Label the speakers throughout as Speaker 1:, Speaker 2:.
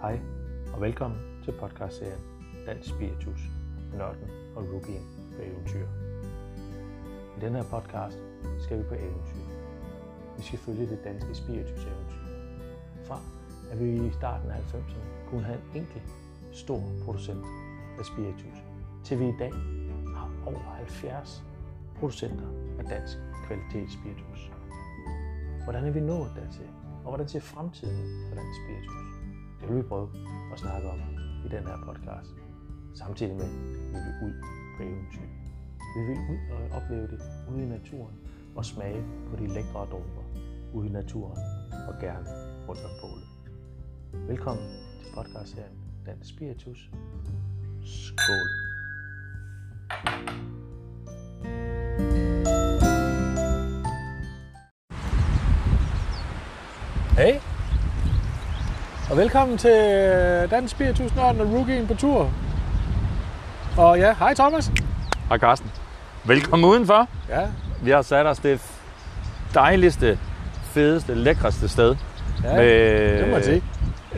Speaker 1: Hej og velkommen til podcastserien Dansk Spiritus, Nørden og Rookien på eventyr. I den her podcast skal vi på eventyr. Vi skal følge det danske spiritus eventyr. Fra at vi i starten af 90'erne kunne have en enkelt stor producent af spiritus, til vi i dag har over 70 producenter af dansk kvalitetsspiritus. Hvordan er vi nået dertil? Og hvordan ser fremtiden for dansk spiritus? Det vil vi prøve at snakke om i den her podcast. Samtidig med, at vi vil ud på eventyr. Vi vil ud og opleve det ude i naturen og smage på de lækre dråber ude i naturen og gerne rundt om bålet. Velkommen til podcastserien Dansk Spiritus. Skål! Hey, og velkommen til Dansk Spiritus Norden og Rookien på tur. Og ja, hej Thomas.
Speaker 2: Hej Carsten. Velkommen udenfor.
Speaker 1: Ja,
Speaker 2: Vi har sat os det dejligste, fedeste, lækreste sted.
Speaker 1: ja
Speaker 2: med, øh,
Speaker 1: det må man sige.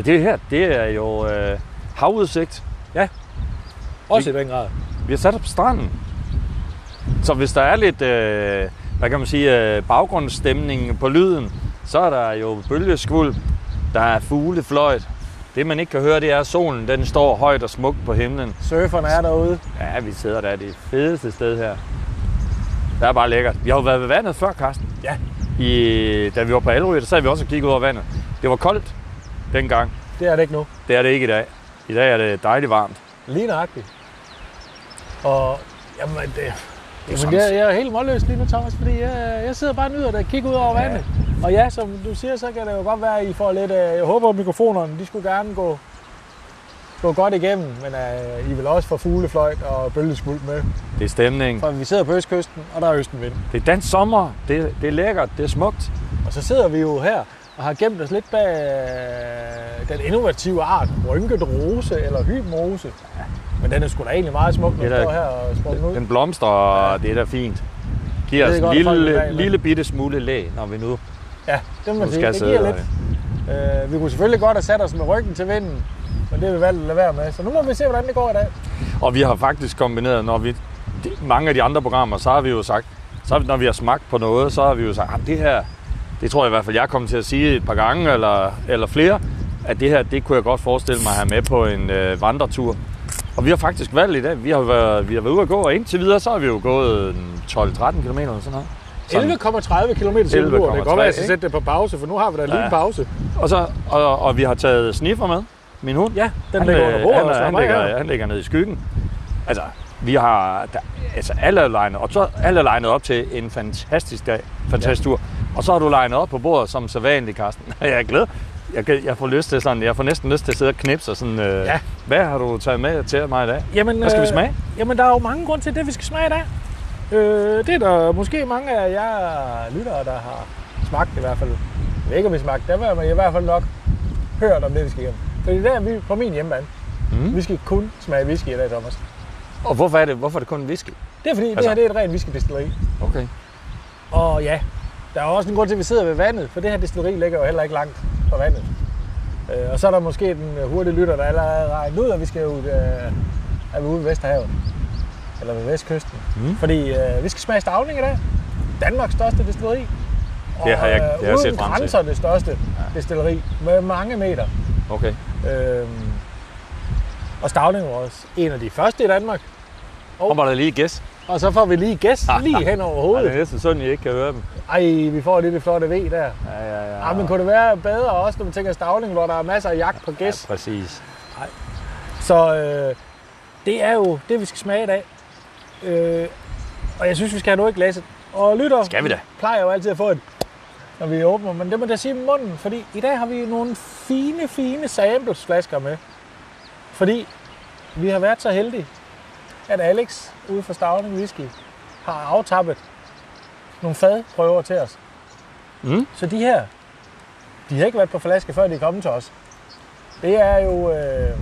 Speaker 2: Det her, det er jo øh, havudsigt.
Speaker 1: Også i den grad.
Speaker 2: Vi har sat os på stranden. Så hvis der er lidt, øh, hvad kan man sige, øh, baggrundsstemning på lyden, så er der jo bølgeskvulp, der er fuglefløjt. Det man ikke kan høre, det er, at solen den står højt og smukt på himlen.
Speaker 1: Surferne er derude.
Speaker 2: Ja, vi sidder der det fedeste sted her. Det er bare lækkert. Vi har jo været ved vandet før, Carsten.
Speaker 1: Ja.
Speaker 2: I, da vi var på Alry, der sad vi også og kiggede ud over vandet. Det var koldt dengang.
Speaker 1: Det er det ikke nu.
Speaker 2: Det er det ikke i dag. I dag er det dejligt varmt.
Speaker 1: Lige nøjagtigt. Og jamen, det, jamen,
Speaker 2: sådan-
Speaker 1: jeg, jeg er helt målløs lige nu, Thomas, fordi jeg, jeg sidder bare og nyder det og kigger ud over
Speaker 2: Ja.
Speaker 1: vandet. Og ja, som du siger, så kan det jo godt være, at I får lidt... øh, Jeg håber, at mikrofonerne de skulle gerne gå, gå godt igennem, men øh, I vil også få fuglefløjt og bølgeskvuld med.
Speaker 2: Det er stemning.
Speaker 1: For vi sidder på Østkysten, og der er Østenvind.
Speaker 2: Det er dansk sommer. Det, det er lækkert. Det er smukt.
Speaker 1: Og så sidder vi jo her og har gemt os lidt bag øh, den innovative art, rynket rose eller hybmose. Men den er sgu da egentlig meget smuk, når
Speaker 2: Det
Speaker 1: vi
Speaker 2: er da-
Speaker 1: står her og sprunget ud.
Speaker 2: Den blomster, og det er da fint. Giver
Speaker 1: Jeg
Speaker 2: os
Speaker 1: ved
Speaker 2: en
Speaker 1: godt, at folk vil have
Speaker 2: lille,
Speaker 1: en.
Speaker 2: lille bitte smule læ, når vi nu
Speaker 1: Ja, det må
Speaker 2: Nu
Speaker 1: man sige.
Speaker 2: skal
Speaker 1: Det
Speaker 2: jeg
Speaker 1: giver
Speaker 2: sidde
Speaker 1: lidt. Øh, vi kunne selvfølgelig godt have sat os med ryggen til vinden, men det har vi valgt at lade være med. Så nu må vi se, hvordan det går i dag.
Speaker 2: Og vi har faktisk kombineret, når vi, de, mange af de andre programmer, så har vi jo sagt, så har vi- når vi har smagt på noget, så har vi jo sagt, at det her, det tror jeg i hvert fald, jeg kommer til at sige et par gange eller, eller flere, at det her, det kunne jeg godt forestille mig at have med på en øh, vandretur. Og vi har faktisk valgt i dag, vi har, været, vi har været ude at gå, og indtil videre, så har vi jo gået mm, en 12-13 km eller sådan noget. Sådan.
Speaker 1: 11,30 km til Det kan godt være, at jeg skal sætte det på pause, for nu har vi da lige
Speaker 2: Ja.
Speaker 1: en pause.
Speaker 2: Og, så, og, og vi har taget sniffer med, min hund.
Speaker 1: Ja, den
Speaker 2: han,
Speaker 1: ligger
Speaker 2: øh,
Speaker 1: under bordet.
Speaker 2: han,
Speaker 1: og
Speaker 2: han,
Speaker 1: slapper
Speaker 2: han,
Speaker 1: af
Speaker 2: ligger,
Speaker 1: her.
Speaker 2: han ligger nede i skyggen. Altså, vi har der, altså, alle er legnet, og så alle er legnet op til en fantastisk dag, fantastisk tur. Og så har du legnet op på bordet som sædvanligt, Carsten. jeg er glad. Jeg, kan- jeg får lyst til sådan, jeg får næsten lyst til at sidde og knipse og sådan, øh,
Speaker 1: Ja.
Speaker 2: ja. hvad har du taget med til mig i dag?
Speaker 1: Jamen,
Speaker 2: Hvad skal vi
Speaker 1: øh,
Speaker 2: smage?
Speaker 1: Jamen, der er jo mange grunde til det, vi skal smage i dag. Øh, det er der måske mange af jer lyttere, der har smagt i hvert fald. Jeg ved ikke, om I smagt det, men I i hvert fald nok hørt om det, vi skal igennem. For det er der, vi på min hjemmebane.
Speaker 2: Mm.
Speaker 1: Vi skal kun smage whisky i dag, Thomas.
Speaker 2: Og hvorfor er det, hvorfor er det kun whisky?
Speaker 1: Det er fordi, altså. det
Speaker 2: Altså-
Speaker 1: her det er et rent whiskydestilleri.
Speaker 2: Okay.
Speaker 1: Og ja, der er jo også en grund til, at vi sidder ved vandet, for det her destilleri ligger jo heller ikke langt fra vandet. Øh, og så er der måske den øh, hurtige lytter, der allerede har regnet ud, at vi skal ud, øh, er vi ude ved Vesterhavet. Eller ved Vestkysten. Mm.
Speaker 2: Mm.
Speaker 1: Fordi øh, vi skal smage Stavning i dag. Danmarks største destilleri. Og,
Speaker 2: Det har jeg- det har
Speaker 1: øh,
Speaker 2: jeg
Speaker 1: uden
Speaker 2: set frem til.
Speaker 1: grænser det største ja. destilleri med mange meter.
Speaker 2: Okay.
Speaker 1: Øhm, og Stavning var også en af de første i Danmark.
Speaker 2: Kom bare lige et gæs.
Speaker 1: Og så får vi lige gæst
Speaker 2: Ah,
Speaker 1: lige hen over
Speaker 2: Ej, det
Speaker 1: hovedet.
Speaker 2: er næsten sådan, I ikke kan høre dem.
Speaker 1: Ej, vi får lige det flotte V der.
Speaker 2: Ja, ja, ja.
Speaker 1: Ja, Ah, men kunne det være bedre også, når man tænker Stavning, hvor der er masser af jagt på gæs?
Speaker 2: Ja, præcis.
Speaker 1: Så øh, det er jo det, vi skal smage i dag. Øh, og jeg synes, vi skal have noget i glasset. Og lytter,
Speaker 2: Skal vi da?
Speaker 1: plejer jo altid at få et, når vi åbner, men det må jeg da sige med munden, fordi i dag har vi nogle fine, fine samplesflasker med. Fordi vi har været så heldige, at Alex ude fra Stavning Whisky har aftappet nogle fadprøver til os.
Speaker 2: Mm.
Speaker 1: Så de her, de har ikke været på flaske, før de er kommet til os. Det er jo øh,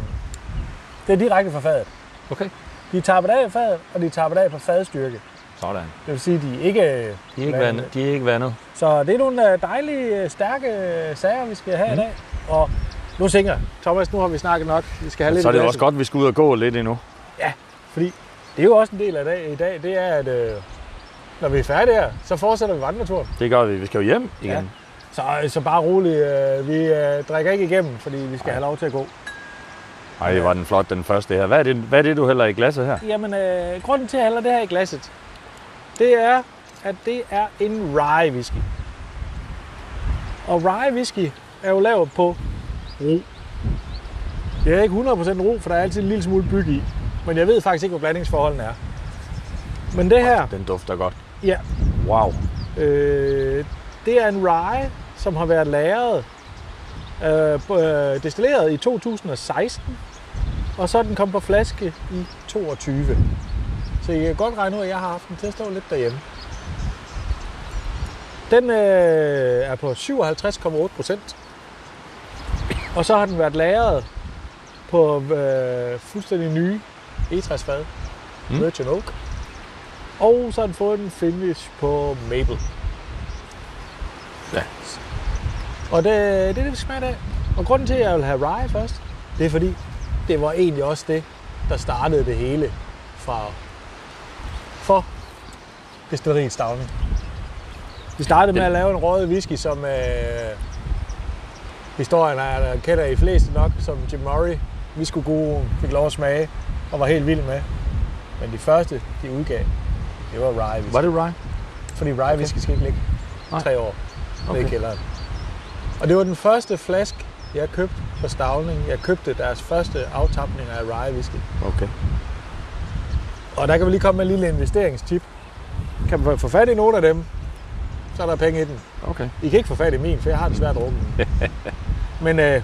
Speaker 1: det er direkte fra fadet.
Speaker 2: Okay.
Speaker 1: De er tappet af i fadet, og de er tappet af på fadstyrke.
Speaker 2: Sådan.
Speaker 1: Det vil sige, de er ikke... øh,
Speaker 2: De er ikke vandet. De er ikke vandet.
Speaker 1: Så det er nogle øh, dejlige, øh, stærke øh, sager, vi skal have mm. i dag. Og Nu tænker jeg, Thomas, nu har vi snakket nok. Vi skal have lidt
Speaker 2: Så er det
Speaker 1: i
Speaker 2: jo
Speaker 1: glasset.
Speaker 2: også godt, at vi skal ud og gå lidt endnu.
Speaker 1: Fordi det er jo også en del af dag, i dag, det er, at øh, når vi er færdige her, så fortsætter vi vandreturen.
Speaker 2: Det gør vi. Vi skal jo hjem igen.
Speaker 1: Ja. Så, øh, så bare rolig, øh, vi øh, drikker ikke igennem, fordi vi skal have lov til at gå.
Speaker 2: Ej, var den flot, den første her. Hvad er det, hvad er det du hælder i glasset her?
Speaker 1: Jamen, øh, grunden til, at jeg hælder det her i glasset, det er, at det er en rye whisky. Og rye whisky er jo lavet på ro. Det er ikke 100% ro, for der er altid en lille smule byg i. Men jeg ved faktisk ikke, hvor blandingsforholdene er. Men det her,
Speaker 2: Den dufter godt.
Speaker 1: ja,
Speaker 2: Wow.
Speaker 1: Øh, det er en rye, som har været lagret, øh, på- øh, destilleret i 2016, og så er den kom på flaske i 22. Så I kan godt regne ud, at jeg har haft den til at stå lidt derhjemme. Den øh, er på 57,8 procent. Og så har den været lagret på øh, fuldstændig nye E60-fad.
Speaker 2: Mm.
Speaker 1: Mm. Virgin Oak. Og så har den fået en finish på maple.
Speaker 2: Ja.
Speaker 1: Og det, det er det, vi smager af. Og grunden til, at jeg vil have rye først, det er fordi, det var egentlig også det, der startede det hele fra, for destilleriet Stavning. Vi startede med
Speaker 2: Den-
Speaker 1: at lave en rød whisky, som øh, historien er, der kender I fleste nok, som Jim Murray, vi skulle gode, fik lov at smage og var helt vild med. Men de første, de udgav, det var rye whisky.
Speaker 2: Var det Ryan?
Speaker 1: Fordi rye whisky skal ikke ligge
Speaker 2: Nej.
Speaker 1: tre år okay. nede i
Speaker 2: Okay.
Speaker 1: kælderen. Og det var den første flaske, jeg købte på Stavning. Jeg købte deres første aftapning af rye whisky.
Speaker 2: Okay.
Speaker 1: Og der kan vi lige komme med en lille investeringstip. Kan man få fat i nogle af dem, så er der penge i den.
Speaker 2: Okay.
Speaker 1: I kan ikke få fat i min, for jeg har det svært drukket. den. Men øh,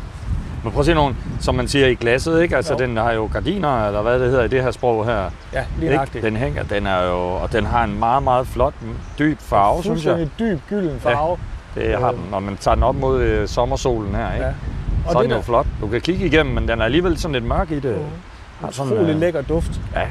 Speaker 2: Men prøv at se nogen, som man siger i glasset, ikke? Altså,
Speaker 1: Jo.
Speaker 2: den har jo gardiner, eller hvad det hedder i det her sprog her.
Speaker 1: ja, lige
Speaker 2: Ikke?
Speaker 1: nøjagtigt.
Speaker 2: Den hænger, den er jo, og den har en meget, meget flot, dyb farve, synes jeg.
Speaker 1: Fuldstændig dyb gylden farve.
Speaker 2: Det har den, når man tager den op mod øh, sommersolen her, ikke?
Speaker 1: Ja.
Speaker 2: Ja.
Speaker 1: Og
Speaker 2: Så er
Speaker 1: det
Speaker 2: den
Speaker 1: er
Speaker 2: jo flot. Du kan kigge igennem, men den er alligevel sådan lidt mørk i det.
Speaker 1: Mhm.
Speaker 2: Har
Speaker 1: en
Speaker 2: sådan,
Speaker 1: utrolig
Speaker 2: øh,
Speaker 1: lækker duft.
Speaker 2: Ja,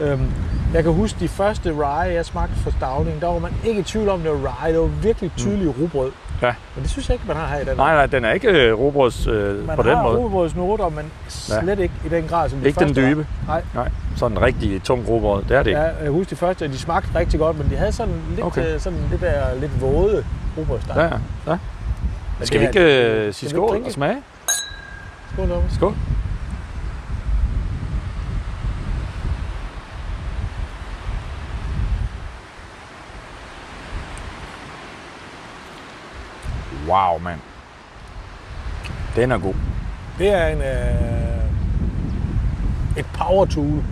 Speaker 1: Øhm, jeg kan huske de første rye, jeg smagte fra Stavning, der var man ikke i tvivl om, det var rye. Det var virkelig tydeligt mm. rugbrød.
Speaker 2: Ja.
Speaker 1: Men det synes jeg ikke, man har her i Danmark.
Speaker 2: Nej, nej, den er ikke øh, robrøds øh,
Speaker 1: man
Speaker 2: på den
Speaker 1: har
Speaker 2: måde.
Speaker 1: rugbrødsnoter, men slet ja. ikke i den grad, som de
Speaker 2: Ikke den
Speaker 1: første var.
Speaker 2: dybe.
Speaker 1: Nej.
Speaker 2: Nej, sådan en rigtig tung robrød. Det er det ikke.
Speaker 1: Ja, jeg husker de første, at de smagte rigtig godt, men de havde sådan lidt,
Speaker 2: Okay.
Speaker 1: okay. sådan det der lidt våde rugbrødsdej.
Speaker 2: Ja, ja. ja.
Speaker 1: Men
Speaker 2: Skal vi
Speaker 1: det
Speaker 2: ikke
Speaker 1: her,
Speaker 2: øh,
Speaker 1: skal vi
Speaker 2: sige
Speaker 1: ikke
Speaker 2: skål
Speaker 1: drikke?
Speaker 2: og smage?
Speaker 1: Skål, Thomas.
Speaker 2: Skål. Wow, mand. Den er god.
Speaker 1: Det er en, øh, et power tool.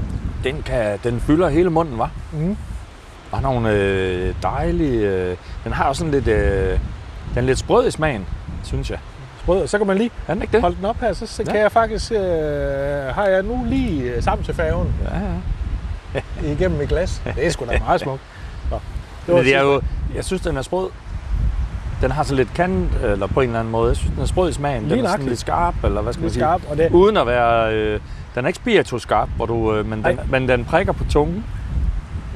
Speaker 2: Den, kan, den fylder hele munden, var.
Speaker 1: Mm.
Speaker 2: Og nogle øh, dejlige... Øh, den har også sådan lidt... Øh, den er lidt sprød i smagen, synes jeg.
Speaker 1: Sprød. Så kan man lige
Speaker 2: Er den ikke det?
Speaker 1: holde den op her, så, så
Speaker 2: Ja.
Speaker 1: kan jeg faktisk, øh, har jeg nu lige øh, sammen til færgen,
Speaker 2: Ja, ja.
Speaker 1: igennem et glas. Det er sgu da meget smukt. Nå, var
Speaker 2: Det Men det er jo, jeg synes, den er sprød. Den har så lidt kant, eller på en eller anden måde. Jeg synes, den er sprød i smagen.
Speaker 1: Lige
Speaker 2: den er sådan
Speaker 1: nøjagtigt.
Speaker 2: lidt skarp, eller hvad skal man
Speaker 1: lidt
Speaker 2: sige?
Speaker 1: skarp, og det,
Speaker 2: Uden at være... Øh, den er ikke spiritus skarp, hvor du, øh, men, den,
Speaker 1: Ej.
Speaker 2: men den prikker på tungen.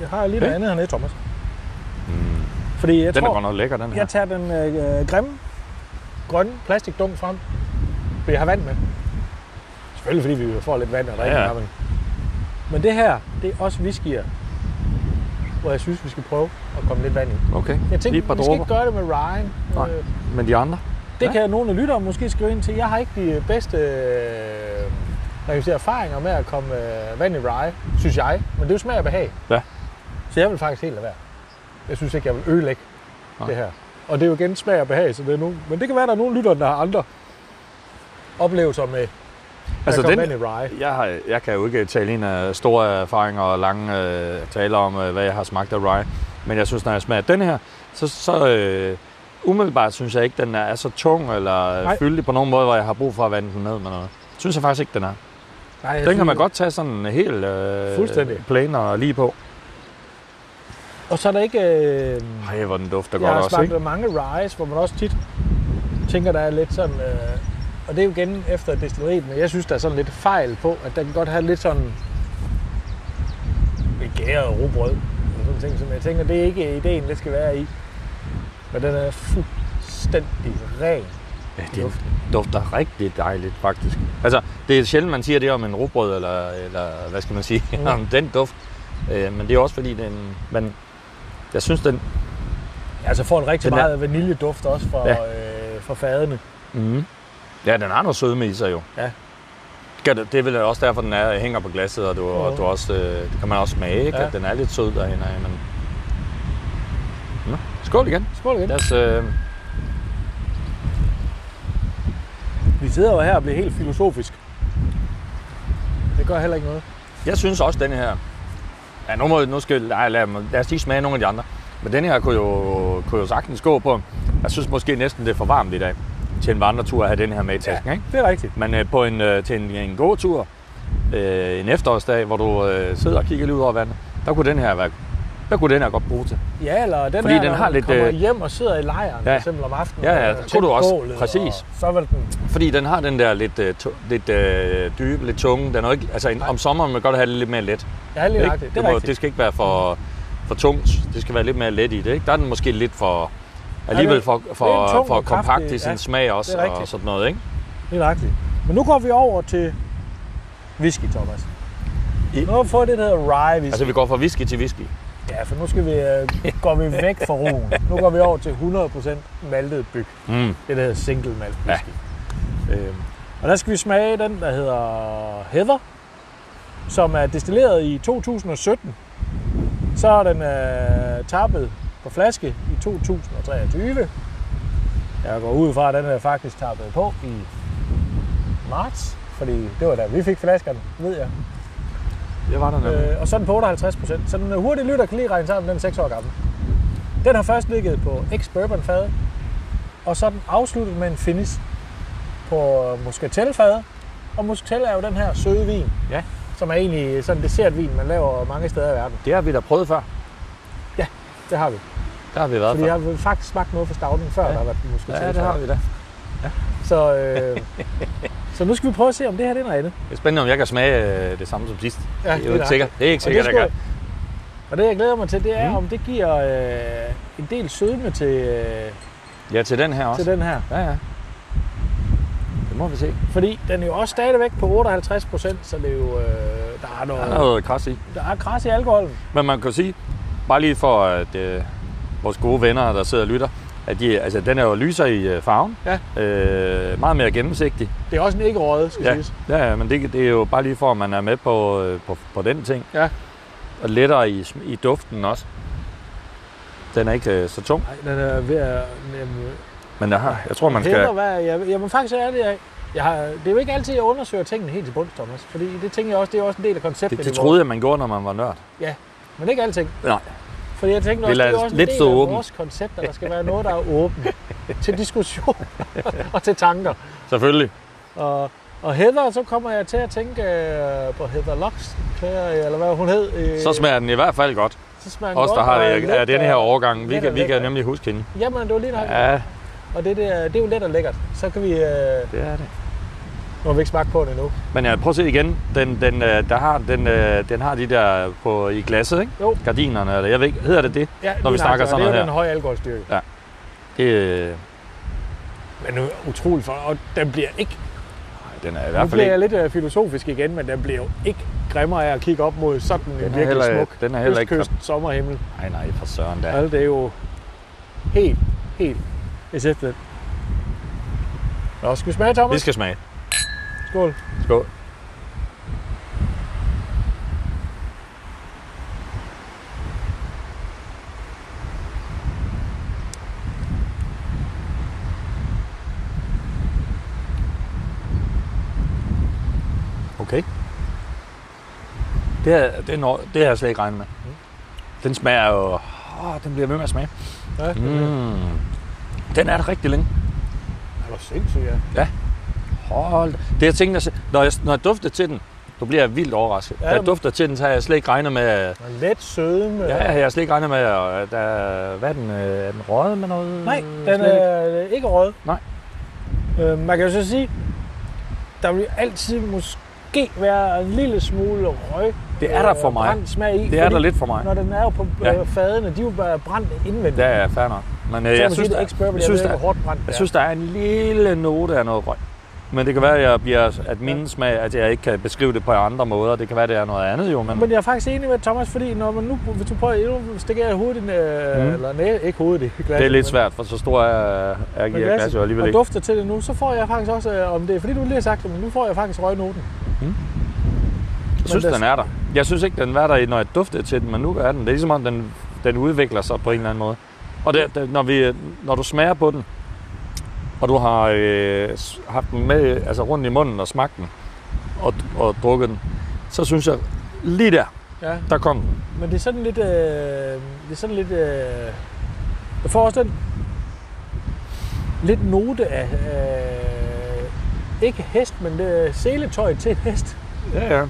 Speaker 1: jeg har lige noget
Speaker 2: Ja.
Speaker 1: andet hernede, Thomas.
Speaker 2: Mm,
Speaker 1: Fordi jeg
Speaker 2: den er
Speaker 1: tror,
Speaker 2: godt nok lækker, den her.
Speaker 1: jeg tager den øh, øh, grimme, grønne plastikdunk frem, fordi jeg har vand med. Selvfølgelig, fordi vi jo får lidt vand og drikke.
Speaker 2: Ja,
Speaker 1: Ja,
Speaker 2: ja.
Speaker 1: ja. Men det her, det er også whiskyer, hvor jeg synes, vi skal prøve at komme lidt vand i.
Speaker 2: Okay,
Speaker 1: Jeg
Speaker 2: lige et
Speaker 1: tænkte,
Speaker 2: par
Speaker 1: vi skal
Speaker 2: dråber.
Speaker 1: ikke gøre det med Ryan.
Speaker 2: Nej.
Speaker 1: Øh,
Speaker 2: Men de andre?
Speaker 1: Det
Speaker 2: Ja.
Speaker 1: ja. kan nogle af lyttere måske skrive ind til. Jeg har ikke de bedste øh, hvad kan jeg sige, erfaringer med at komme øh, vand i rye, synes jeg. Men det er jo smag og behag.
Speaker 2: Ja.
Speaker 1: Så jeg vil faktisk helt lade være. Jeg synes ikke, jeg vil ødelægge
Speaker 2: Nej.
Speaker 1: det her. Og det er jo igen smag og behag, så det er nogen. Men det kan være, at der er nogle lyttere, der har andre oplevelser med altså
Speaker 2: Altså,
Speaker 1: at komme vand
Speaker 2: den,
Speaker 1: i rye.
Speaker 2: jeg, har, jeg kan jo ikke tale en af store erfaringer og lange øh, taler om, øh, hvad jeg har smagt af rye. Men jeg synes, når jeg smager den her, så, så øh, umiddelbart synes jeg ikke, den er, er så tung eller
Speaker 1: Nej.
Speaker 2: Nej. fyldig på nogen måde, hvor jeg har brug for at vande den ned med noget. Synes jeg faktisk ikke, den er.
Speaker 1: Nej, jeg
Speaker 2: Den kan
Speaker 1: synes-
Speaker 2: man godt tage sådan helt øh,
Speaker 1: Fuldstændig.
Speaker 2: plain og lige på.
Speaker 1: Og så er der ikke... Øh,
Speaker 2: Ej, hvor den dufter
Speaker 1: jeg
Speaker 2: godt
Speaker 1: har
Speaker 2: også,
Speaker 1: smagt
Speaker 2: ikke?
Speaker 1: med mange ryes, hvor man også tit tænker, der er lidt sådan... Øh, og det er jo igen efter destilleriet, men jeg synes, der er sådan lidt fejl på, at der kan godt have lidt sådan begæret rugbrød. Og sådan ting, som jeg tænker, det er ikke ideen, det skal være i. Men den er fuldstændig ren
Speaker 2: Ja, det dufter rigtig dejligt, faktisk. Altså, det er sjældent, man siger det om en rugbrød, eller, eller hvad skal man sige,
Speaker 3: Mm.
Speaker 2: mm. om den duft. Øh, men det er også fordi, den, man, jeg synes, den...
Speaker 1: Altså får en rigtig
Speaker 2: Den er-
Speaker 1: meget vaniljeduft også fra, øh, fra fadene.
Speaker 2: Mm, ja, den har noget sødme i sig jo.
Speaker 1: Ja.
Speaker 2: Gør det- Det er vel også derfor, den er, hænger på glasset, og, du, mm. og
Speaker 1: Mhm.
Speaker 2: du også, øh, det kan man også smage, ikke?
Speaker 1: Ja.
Speaker 2: Ja. at den er lidt sød derhen af. Men... Nå, skål igen.
Speaker 1: Skål igen.
Speaker 2: Lad os, øh,
Speaker 1: Vi sidder jo her og bliver helt filosofisk. Det gør heller ikke noget.
Speaker 2: Jeg synes også, den her... Ja, nu, må, nu skal, nej, lad, mig- lad os lige smage nogle af de andre. Men den her kunne jo, kunne jo sagtens gå på. Jeg synes måske næsten, det er for varmt i dag til en vandretur at have den her med i tasken. Ja. Ikke?
Speaker 1: Det er rigtigt.
Speaker 2: Men øh, på en, øh, til en, en god tur, øh, en efterårsdag, hvor du øh, sidder og kigger lige ud over vandet, der kunne den her være der kunne den her godt bruge til.
Speaker 1: Ja, eller den
Speaker 2: Fordi
Speaker 1: her,
Speaker 2: den
Speaker 1: når
Speaker 2: har
Speaker 1: man
Speaker 2: lidt,
Speaker 1: kommer
Speaker 2: øh,
Speaker 1: hjem og sidder i lejren,
Speaker 2: Ja.
Speaker 1: ja. eksempel om aftenen.
Speaker 2: Ja, ja,
Speaker 1: og
Speaker 2: det
Speaker 1: tænder
Speaker 2: kunne du også.
Speaker 1: bålet,
Speaker 2: Præcis.
Speaker 1: og Så vil den...
Speaker 2: Fordi den har den der lidt, øh, tu, lidt øh, dybe, lidt tunge. Den er jo ikke, altså, en,
Speaker 1: Nej.
Speaker 2: om sommeren vil man godt have det lidt mere let.
Speaker 1: Ja, lige
Speaker 2: Ikke?
Speaker 1: nøjagtigt. Det
Speaker 2: Det,
Speaker 1: er
Speaker 2: må,
Speaker 1: rigtigt.
Speaker 2: det skal ikke være for, for tungt. Det skal være lidt mere let i det. Ikke? Der er den måske lidt for alligevel
Speaker 1: det-
Speaker 2: for,
Speaker 1: det er
Speaker 2: for,
Speaker 1: en tung
Speaker 2: for
Speaker 1: og
Speaker 2: kompakt
Speaker 1: kraftig-
Speaker 2: i sin
Speaker 1: ja,
Speaker 2: smag også
Speaker 1: det er rigtigt.
Speaker 2: og sådan noget. Ikke?
Speaker 1: Lige nøjagtigt. Men nu går vi over til whisky, Thomas.
Speaker 2: I-
Speaker 1: Nu har vi fået det, der hedder rye whisky.
Speaker 2: Altså vi går fra whisky til whisky.
Speaker 1: Ja, for nu skal vi, øh, går vi væk fra roen. Nu går vi over til 100% maltet byg.
Speaker 2: Mm.
Speaker 1: Det, der hedder single malt
Speaker 2: Ja.
Speaker 1: whisky. Ja. Øhm, og der skal vi smage den, der hedder Heather, som er destilleret i 2017. Så er den øh, tappet på flaske i 2023. Jeg går ud fra, at den er faktisk tappet på i marts, fordi det var da vi fik flaskerne, ved jeg.
Speaker 2: Det var der nemlig.
Speaker 1: Øh, og så er den på 58 procent. Så den øh, hurtige lytter kan lige regne sammen, den er 6 år gammel. Den har først ligget på ex bourbon fad og så er den afsluttet med en finish på øh, muscatel fad Og muscatel er jo den her søde vin,
Speaker 2: Ja.
Speaker 1: som er egentlig sådan en dessertvin, man laver mange steder i verden.
Speaker 2: Det har vi da prøvet før.
Speaker 1: Det har vi.
Speaker 2: Der har vi været
Speaker 1: Fordi
Speaker 2: før.
Speaker 1: jeg har faktisk smagt noget fra stavlen, før
Speaker 2: Ja.
Speaker 1: ja. der har været muscatel
Speaker 2: Ja, det har vi da.
Speaker 1: Så, øh, så nu skal vi prøve at se, om det her det er noget andet.
Speaker 2: Det er spændende, om jeg kan smage øh, det samme som sidst.
Speaker 1: Ja,
Speaker 2: det er jo ikke sikkert. Det er ikke
Speaker 1: Og det,
Speaker 2: sikkert, jeg
Speaker 1: skulle,
Speaker 2: kan.
Speaker 1: og det, jeg glæder mig til, det er,
Speaker 2: Mm.
Speaker 1: mm. om det giver øh, en del sødme til, øh,
Speaker 2: Ja, til den her også.
Speaker 1: til den her.
Speaker 2: Ja, ja. Det må vi se.
Speaker 1: Fordi den er jo også stadigvæk på 58 procent, så det er jo, øh, der, er
Speaker 2: Der
Speaker 1: noget,
Speaker 2: er noget kras i.
Speaker 1: der er græs i alkoholen.
Speaker 2: Men man kan jo sige, bare lige for at øh, vores gode venner, der sidder og lytter, at de, altså, den er jo lyser i øh, farven. Ja. Øh, meget mere gennemsigtig.
Speaker 1: Det er også en ikke røget, skal ja. siges.
Speaker 2: ja, ja, men det, det er jo bare lige for, at man er med på, øh, på, på den ting.
Speaker 1: Ja.
Speaker 2: Og lettere i, sm- i duften også. Den er ikke øh, så tung,
Speaker 1: Nej, den er ved at... Jamen,
Speaker 2: men jeg, har, jeg tror, man skal...
Speaker 1: Heller, hvad, jeg, jeg må faktisk være ærlig, jeg, jeg har, det er jo ikke altid, jeg undersøger tingene helt til bunds, Thomas. Fordi det tænker jeg også, det er også en del af konceptet.
Speaker 2: Det,
Speaker 1: i
Speaker 2: det
Speaker 1: vores-
Speaker 2: troede jeg, man gjorde, når man var nørd.
Speaker 1: Men ikke alting.
Speaker 2: Nej.
Speaker 1: Fordi jeg tænkte
Speaker 2: Vi
Speaker 1: også, det
Speaker 2: lader
Speaker 1: er
Speaker 2: os
Speaker 1: også en
Speaker 2: lidt
Speaker 1: del
Speaker 2: stå
Speaker 1: af
Speaker 2: åben.
Speaker 1: vores koncept, at der skal være noget, der er åbent til diskussion og til tanker.
Speaker 2: Selvfølgelig.
Speaker 1: Og, og Heather, så kommer jeg til at tænke øh, på Heather Lux, eller hvad hun hed. Øh,
Speaker 2: Så smager den i hvert fald godt.
Speaker 1: så smager den
Speaker 2: Os, der
Speaker 1: godt,
Speaker 2: har
Speaker 1: og
Speaker 2: det, er
Speaker 1: let
Speaker 2: den her
Speaker 1: og-
Speaker 2: overgang. Vi
Speaker 1: let
Speaker 2: kan,
Speaker 1: og
Speaker 2: vi kan
Speaker 1: lækker.
Speaker 2: nemlig huske hende.
Speaker 1: Jamen, det var lige nok. Ja.
Speaker 2: Ja,
Speaker 1: Og det, der, det er jo let og lækkert. Så kan vi... Øh,
Speaker 2: det er det.
Speaker 1: nu har vi ikke smagt på den endnu.
Speaker 2: Men ja, prøv at se igen. Den, den, øh, der har, den, øh, den har de der på, i glasset, ikke?
Speaker 1: Jo.
Speaker 2: Gardinerne, eller jeg ved ikke, hedder det det?
Speaker 1: Ja,
Speaker 2: Når vi
Speaker 1: lige
Speaker 2: snakker
Speaker 1: nøjagtigt, og
Speaker 2: sådan
Speaker 1: Det er jo
Speaker 2: noget her.
Speaker 1: den høje alkoholstyrke.
Speaker 2: det øh,
Speaker 1: Men nu er utroligt for... Og den bliver ikke...
Speaker 2: nej, den er i
Speaker 1: Nu
Speaker 2: hvert fald
Speaker 1: bliver jeg
Speaker 2: ikke...
Speaker 1: lidt øh, filosofisk igen, men den bliver jo ikke grimmere af at kigge op mod sådan en
Speaker 2: Den er,
Speaker 1: virkelig
Speaker 2: heller,
Speaker 1: smuk
Speaker 2: den er heller ikke...
Speaker 1: østkyst sommerhimmel.
Speaker 2: Nej, nej, for søren da.
Speaker 1: Ja. det er jo helt, helt SF den. Nå, skal vi smage, Thomas?
Speaker 2: Vi skal smage.
Speaker 1: Skål.
Speaker 2: Skål. Okay. Det har, det, når, det har jeg slet ikke regnet med. Den smager jo... Åh, den bliver ved med at smage.
Speaker 1: Ja, mm.
Speaker 2: Mm. Den er der rigtig længe.
Speaker 1: Det var sindssygt, ja.
Speaker 2: Hold da. Det jeg tænkte, jeg se- når jeg, når jeg dufter til den, du bliver jeg vildt overrasket.
Speaker 1: Ja,
Speaker 2: Ja, da jeg
Speaker 1: men-
Speaker 2: dufter til den, så har jeg slet ikke regnet med,
Speaker 1: Og let sødme.
Speaker 2: ja, jeg har slet ikke regnet med, at der, hvad er den, øh, er den røget med noget?
Speaker 1: Nej,
Speaker 2: Mm, Slet
Speaker 1: den
Speaker 2: ikke?
Speaker 1: er ikke rød.
Speaker 2: Nej.
Speaker 1: Øh, man kan jo så sige, der vil altid måske være en lille smule røg.
Speaker 2: Det er der for
Speaker 1: øh,
Speaker 2: mig.
Speaker 1: brændt smag i.
Speaker 2: Det er der lidt for mig.
Speaker 1: Når den er jo på
Speaker 2: Ja.
Speaker 1: ja. fadene, de er jo bare brændt indvendigt.
Speaker 2: Ja, ja, fair nok. Men øh,
Speaker 1: Så
Speaker 2: jeg,
Speaker 1: jeg
Speaker 2: synes,
Speaker 1: sige,
Speaker 2: der,
Speaker 1: det ikke spørger,
Speaker 2: jeg,
Speaker 1: fordi jeg,
Speaker 2: synes,
Speaker 1: jeg ved,
Speaker 2: der,
Speaker 1: hvor hårdt brændt det
Speaker 2: jeg
Speaker 1: er.
Speaker 2: synes, der er en lille note af noget røg. Men det kan være, at, jeg bliver, at min smag, at jeg ikke kan beskrive det på andre måder. Det kan være, at det er noget andet jo, men,
Speaker 1: Men jeg er faktisk enig med Thomas, fordi når man nu, hvis du prøver, nu stikker jeg hovedet i, øh,
Speaker 2: Mm.
Speaker 1: mm. eller næ, ikke hovedet i glasset.
Speaker 2: det er lidt
Speaker 1: men-
Speaker 2: svært, for så stor er, er, er
Speaker 1: men glasset,
Speaker 2: glas jo alligevel
Speaker 1: og
Speaker 2: ikke.
Speaker 1: dufter til det nu, så får jeg faktisk også, øh, om det er fordi du lige har sagt det, men nu får jeg faktisk røgnoten.
Speaker 2: Jeg Mm. synes,
Speaker 1: men
Speaker 2: den er der. Jeg synes ikke, den var der, når jeg duftede til den, men nu er den. Det er ligesom om, den, den udvikler sig på en eller anden måde. Og det, det, når, vi, når du smager på den, og du har øh, s- haft den med altså rundt i munden og smagt den, og, og drukket den, så synes jeg, lige der,
Speaker 1: Ja,
Speaker 2: der kom den.
Speaker 1: men det er sådan lidt, øh, det er sådan lidt, øh, jeg får også den lidt note af, øh, ikke hest, men det er seletøj til en hest.
Speaker 2: Ja, ja.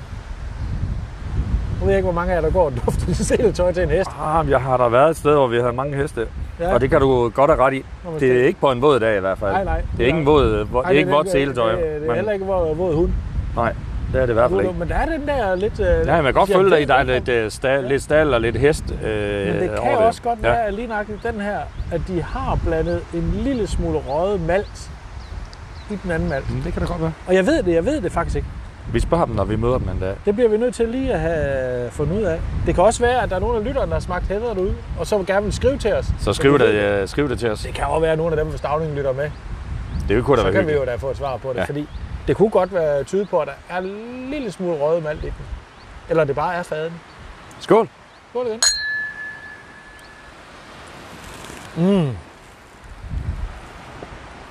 Speaker 1: Jeg ved ikke, hvor mange af jer, der går og dufter til seletøj til en hest.
Speaker 2: Ah, jeg har da været et sted, hvor vi havde mange heste, ja.
Speaker 1: Ja,
Speaker 2: og det kan du godt have ret i.
Speaker 1: når man
Speaker 2: Det er ikke på en våd dag i hvert fald.
Speaker 1: Nej, nej.
Speaker 2: Det er ikke en våd, hvor, det er ikke vådt seletøj.
Speaker 1: Det, det, det er
Speaker 2: men
Speaker 1: heller ikke våd, våd hund.
Speaker 2: Det er det i hvert fald ikke.
Speaker 1: Men der er den der lidt... Øh,
Speaker 2: Ja, man kan godt
Speaker 1: jeg
Speaker 2: følge
Speaker 1: ved
Speaker 2: dig, der er
Speaker 1: ikke,
Speaker 2: lidt, øh, stal,
Speaker 1: Ja.
Speaker 2: lidt stald og lidt hest øh,
Speaker 1: Men det kan
Speaker 2: over
Speaker 1: også godt
Speaker 2: ja.
Speaker 1: være, at lige nøjagtigt den her, at de har blandet en lille smule røget malt i den anden malt.
Speaker 2: Mm, Det kan det godt være.
Speaker 1: Og jeg ved det, jeg ved det faktisk ikke.
Speaker 2: Vi spørger dem, når vi møder dem en dag.
Speaker 1: Det bliver vi nødt til lige at have fundet ud af. Det kan også være, at der er nogle af lytterne, der har smagt hæder derude, og så gerne vil skrive til os.
Speaker 2: Så skriv
Speaker 1: vi
Speaker 2: det,
Speaker 1: ved
Speaker 2: øh, skriv det til os.
Speaker 1: Det kan også være, at nogle af dem fra Stavningen lytter med.
Speaker 2: Det kunne da
Speaker 1: Så
Speaker 2: være
Speaker 1: kan vi
Speaker 2: hyggeligt.
Speaker 1: jo da få et svar på det,
Speaker 2: Ja.
Speaker 1: ja. fordi det kunne godt være tyde på, at der er en lille smule røget malt i den. Eller det bare er faden.
Speaker 2: Skål!
Speaker 1: Skål igen. Mm.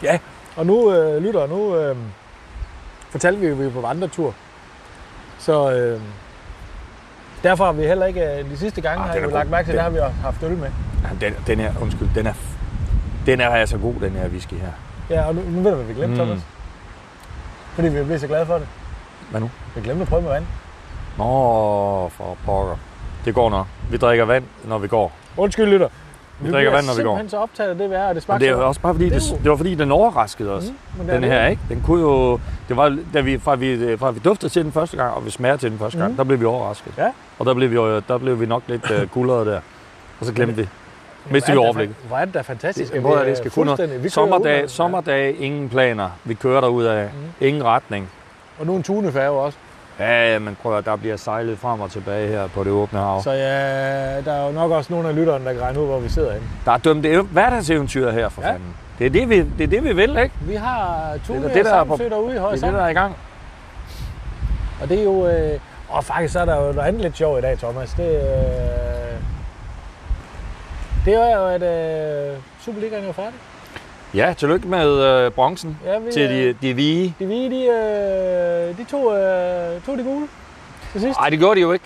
Speaker 1: Ja, og nu øh, lytter, nu øh, fortalte vi jo, at vi er på vandretur. Så øh, derfor har vi heller ikke, øh, de sidste gange
Speaker 2: Ah,
Speaker 1: har
Speaker 2: den
Speaker 1: jeg jo
Speaker 2: er god.
Speaker 1: lagt mærke til,
Speaker 2: Den-
Speaker 1: der har vi jo haft øl med.
Speaker 2: Ja, Den, den her, undskyld, den er, f- den er altså god, den her whisky her.
Speaker 1: Ja, og nu, nu ved du, hvad vi glemte,
Speaker 2: Mm.
Speaker 1: mm. Thomas. Fordi vi blev så glade for det.
Speaker 2: Hvad nu?
Speaker 1: Vi glemte at prøve med vand.
Speaker 2: Nå, for pokker. Det går nok. Vi drikker vand, når vi går.
Speaker 1: Undskyld, lytter.
Speaker 2: Vi drikker vand, når vi går.
Speaker 1: simpelthen så optaget af det vejr, og det
Speaker 2: Men
Speaker 1: smagte
Speaker 2: det er Mm. jo også bare fordi,
Speaker 1: Det er
Speaker 2: det,
Speaker 1: jo-
Speaker 2: det var fordi, den overraskede os.
Speaker 1: Mm, men det er
Speaker 2: Den
Speaker 1: det.
Speaker 2: her, ikke? Den kunne jo... Det var, da vi, fra, vi, fra vi duftede til den første gang, og vi smager til den første gang,
Speaker 1: Mhm.
Speaker 2: der blev vi overrasket.
Speaker 1: Ja.
Speaker 2: Og der blev vi, jo- der blev vi nok lidt uh, guldrede der. Og så glemte vi. Mistede vi
Speaker 1: Hvor er det da
Speaker 2: overblikket.
Speaker 1: fan- Hvor er det da fantastisk.
Speaker 2: Det,
Speaker 1: at
Speaker 2: hvor
Speaker 1: vi
Speaker 2: er det,
Speaker 1: er
Speaker 2: skal kunne
Speaker 1: fuldstændig- vi
Speaker 2: noget.
Speaker 1: kører udenom,
Speaker 2: Sommerdag,
Speaker 1: ja.
Speaker 2: sommerdag, ingen planer. Vi kører derud af.
Speaker 1: Mhm.
Speaker 2: Ingen retning.
Speaker 1: Og nu en tunefærge også.
Speaker 2: Ja, ja, men prøv at høre, der bliver sejlet frem og tilbage her på det åbne hav.
Speaker 1: Så ja, der er jo nok også nogle af lytterne, der kan regne ud, hvor vi sidder henne.
Speaker 2: Der er dømt ev- hverdagseventyr her, for
Speaker 1: Ja.
Speaker 2: fanden. Det er det, vi, det er det, vi vil, ikke?
Speaker 1: Vi har Tune
Speaker 2: da
Speaker 1: og
Speaker 2: det, der er på-
Speaker 1: Samsø derude i
Speaker 2: Det er det, der
Speaker 1: horisonten.
Speaker 2: er i gang.
Speaker 1: Og det er jo... Øh, og faktisk så er der jo noget andet lidt sjovt i dag, Thomas. Det, øh, det er jo, at øh, Superligaen er jo færdig.
Speaker 2: Ja, tillykke med øh, bronzen
Speaker 1: Ja, vi,
Speaker 2: til
Speaker 1: øh,
Speaker 2: de, de vige.
Speaker 1: De, hvide, de, øh, de to, øh, to de gule til sidst.
Speaker 2: Nej, det gjorde de jo ikke.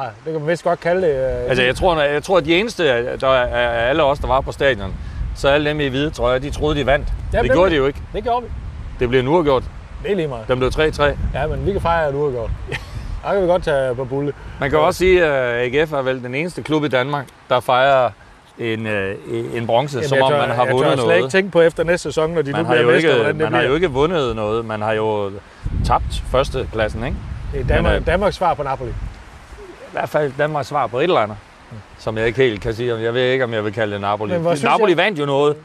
Speaker 1: Ah, det kan man vist godt kalde det. Øh,
Speaker 2: Altså, jeg tror, jeg tror at de eneste, der er, er alle os, der var på stadion, så alle dem i hvide trøjer, de troede, de vandt. Ja, det
Speaker 1: nemlig.
Speaker 2: gjorde de jo ikke.
Speaker 1: Det gjorde vi.
Speaker 2: Det blev en uafgjort.
Speaker 1: Det er lige meget.
Speaker 2: Den blev 3-3.
Speaker 1: Ja, men vi kan fejre, at du har gjort. Der kan vi godt tage på bulle.
Speaker 2: Man kan jo også sige, at AGF er vel den eneste klub i Danmark, der fejrer en, øh, en bronze, som om man har
Speaker 1: jeg
Speaker 2: vundet
Speaker 1: tør slet ikke
Speaker 2: noget.
Speaker 1: tænke på efter næste sæson, når de
Speaker 2: Man
Speaker 1: nu
Speaker 2: har,
Speaker 1: bliver
Speaker 2: jo
Speaker 1: mester,
Speaker 2: ikke,
Speaker 1: hvordan det
Speaker 2: man har
Speaker 1: bliver.
Speaker 2: jo ikke vundet noget. Man har jo tabt førstepladsen, ikke?
Speaker 1: Det er Danmark,
Speaker 2: Men, øh,
Speaker 1: Danmarks svar på Napoli.
Speaker 2: I hvert fald Danmarks svar på et eller andet, som jeg ikke helt kan sige. om. Jeg ved ikke, om jeg vil kalde det Napoli.
Speaker 1: Men hvor synes
Speaker 2: Napoli
Speaker 1: jeg-
Speaker 2: vandt jo noget.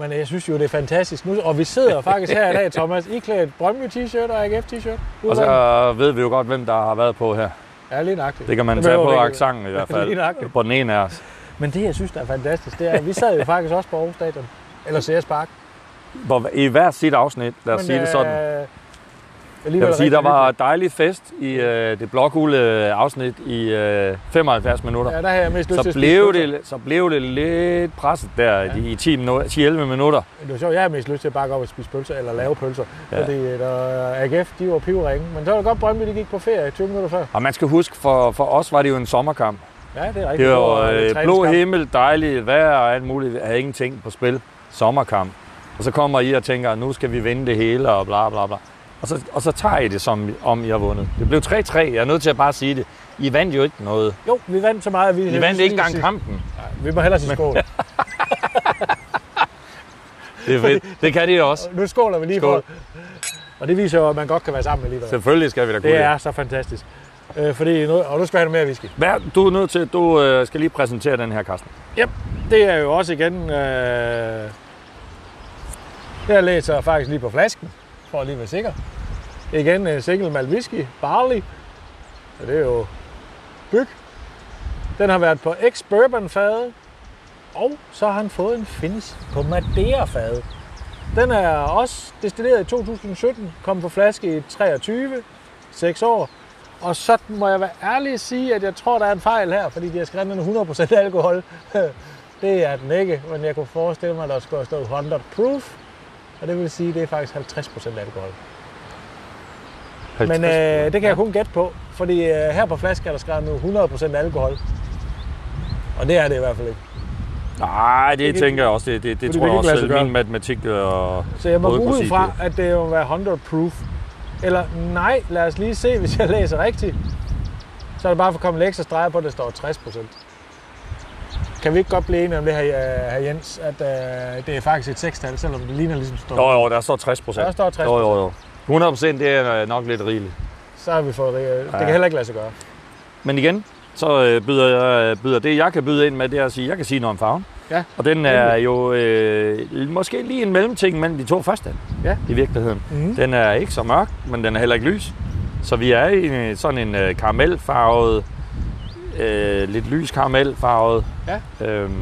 Speaker 1: Men jeg synes jo, det er fantastisk. Nu, og vi sidder faktisk her i dag, Thomas, i klædt Brøndby t-shirt og AGF t-shirt.
Speaker 2: Og så ved vi jo godt, hvem der har været på her.
Speaker 1: Ja, lige nøjagtigt.
Speaker 2: Det kan man
Speaker 1: Det
Speaker 2: tage
Speaker 1: behøver
Speaker 2: på
Speaker 1: vi ikke-
Speaker 2: aksangen i hvert
Speaker 1: Lige
Speaker 2: fald.
Speaker 1: nøjagtigt.
Speaker 2: På den ene af os.
Speaker 1: Men det, jeg synes, der er fantastisk, det er, at vi sad jo faktisk også på Aarhus Stadion. Eller CS Park.
Speaker 2: Hvor, I hver sit afsnit, lad os
Speaker 1: øh,
Speaker 2: sige det sådan. Jeg vil sige, der var dejlig fest i øh, det blågule afsnit i øh, 75 minutter.
Speaker 1: Ja, der havde jeg mest lyst til
Speaker 2: så
Speaker 1: at spise
Speaker 2: blev,
Speaker 1: pølser.
Speaker 2: det, så blev det lidt presset der ja.
Speaker 1: Ja.
Speaker 2: i 10 minu- 10-11 minutter.
Speaker 1: Men Det var sjovt, jeg havde mest lyst til at bare gå op og spise pølser, eller lave pølser.
Speaker 2: Ja.
Speaker 1: Ja. Fordi øh, der, AGF, de var pivringe. Men så var det godt, Brøndby de gik på ferie 20 minutter før.
Speaker 2: Og man skal huske, for, for os var det jo en sommerkamp.
Speaker 1: Ja, det er rigtigt.
Speaker 2: Det var
Speaker 1: var, øh,
Speaker 2: øh, blå
Speaker 1: træningskamp.
Speaker 2: himmel, dejligt vejr og alt muligt. Vi havde ingenting på spil. Sommerkamp. Og så kommer I og tænker, nu skal vi vinde det hele og bla bla bla. Og så, og så tager I det, som om I har vundet. Det blev 3-3. Jeg er nødt til at bare sige det. I vandt jo ikke noget.
Speaker 1: Jo, vi vandt så meget. at Vi,
Speaker 2: I vandt ikke engang kampen.
Speaker 1: Vi må hellere sige skål.
Speaker 2: Det, er fedt. det kan de også.
Speaker 1: nu skåler vi lige
Speaker 2: Skål.
Speaker 1: for. Og det viser jo, at man godt kan være sammen alligevel.
Speaker 2: Selvfølgelig skal vi da kunne
Speaker 1: Det
Speaker 2: det.
Speaker 1: er så fantastisk. Øh, fordi nu, og nu skal vi have noget mere whisky.
Speaker 2: Hvad, du er nødt til, du øh, skal lige præsentere den her, Carsten.
Speaker 1: Det er jo også igen... Øh, jeg læser faktisk lige på flasken, for at lige være sikker. Igen en single malt whisky, barley. Så det er jo byg. Den har været på ex-bourbon fade, og så har han fået en finish på Madeira fade. Den er også destilleret i 2017, kom på flaske i 23, 6 år. Og så må jeg være ærlig og sige, at jeg tror, der er en fejl her, fordi de har skrevet den er 100% alkohol. Det er den ikke, men jeg kunne forestille mig, at der skulle have stået 100 proof. Og det vil sige, at det er faktisk 50% alkohol. Men øh, det kan jeg kun gætte på, fordi øh, her på flasken er der skrevet nu 100% alkohol. Og det er det i hvert fald ikke.
Speaker 2: Nej, det,
Speaker 1: det kan-
Speaker 2: tænker jeg også. Det, det, det
Speaker 1: Fordi
Speaker 2: tror
Speaker 1: det
Speaker 2: jeg
Speaker 1: kan
Speaker 2: også,
Speaker 1: ikke lade sig
Speaker 2: selv min matematik øh, og...
Speaker 1: Så jeg må
Speaker 2: Både
Speaker 1: gå ud
Speaker 2: præcis,
Speaker 1: fra, at det må være 100 proof. Eller nej, lad os lige se, hvis jeg læser rigtigt. Så er det bare for at komme lidt ekstra streger på, at der står 60 Kan vi ikke godt blive enige om det her, øh, her Jens, at øh, det er faktisk et sekstal, selvom det ligner ligesom det står?
Speaker 2: Jo, jo, der står 60 procent.
Speaker 1: Der står 60%.
Speaker 2: Jo, jo, jo. 100 procent, det er øh, nok lidt rigeligt.
Speaker 1: Så har vi fået det. øh, Det
Speaker 2: Ja.
Speaker 1: kan heller ikke lade sig gøre.
Speaker 2: Men igen, så øh, byder, jeg, byder det, jeg kan byde ind med, det er at sige, jeg kan sige noget om farven.
Speaker 1: Ja,
Speaker 2: Og den er jo øh, måske lige en mellemting mellem de to første.
Speaker 1: Ja.
Speaker 2: I virkeligheden.
Speaker 1: Mhm.
Speaker 2: Den er ikke så mørk, men den er heller ikke lys. Så vi er i en, øh, sådan en øh, karamelfarvet, øh, lidt lys karamelfarvet. Ja. Øhm,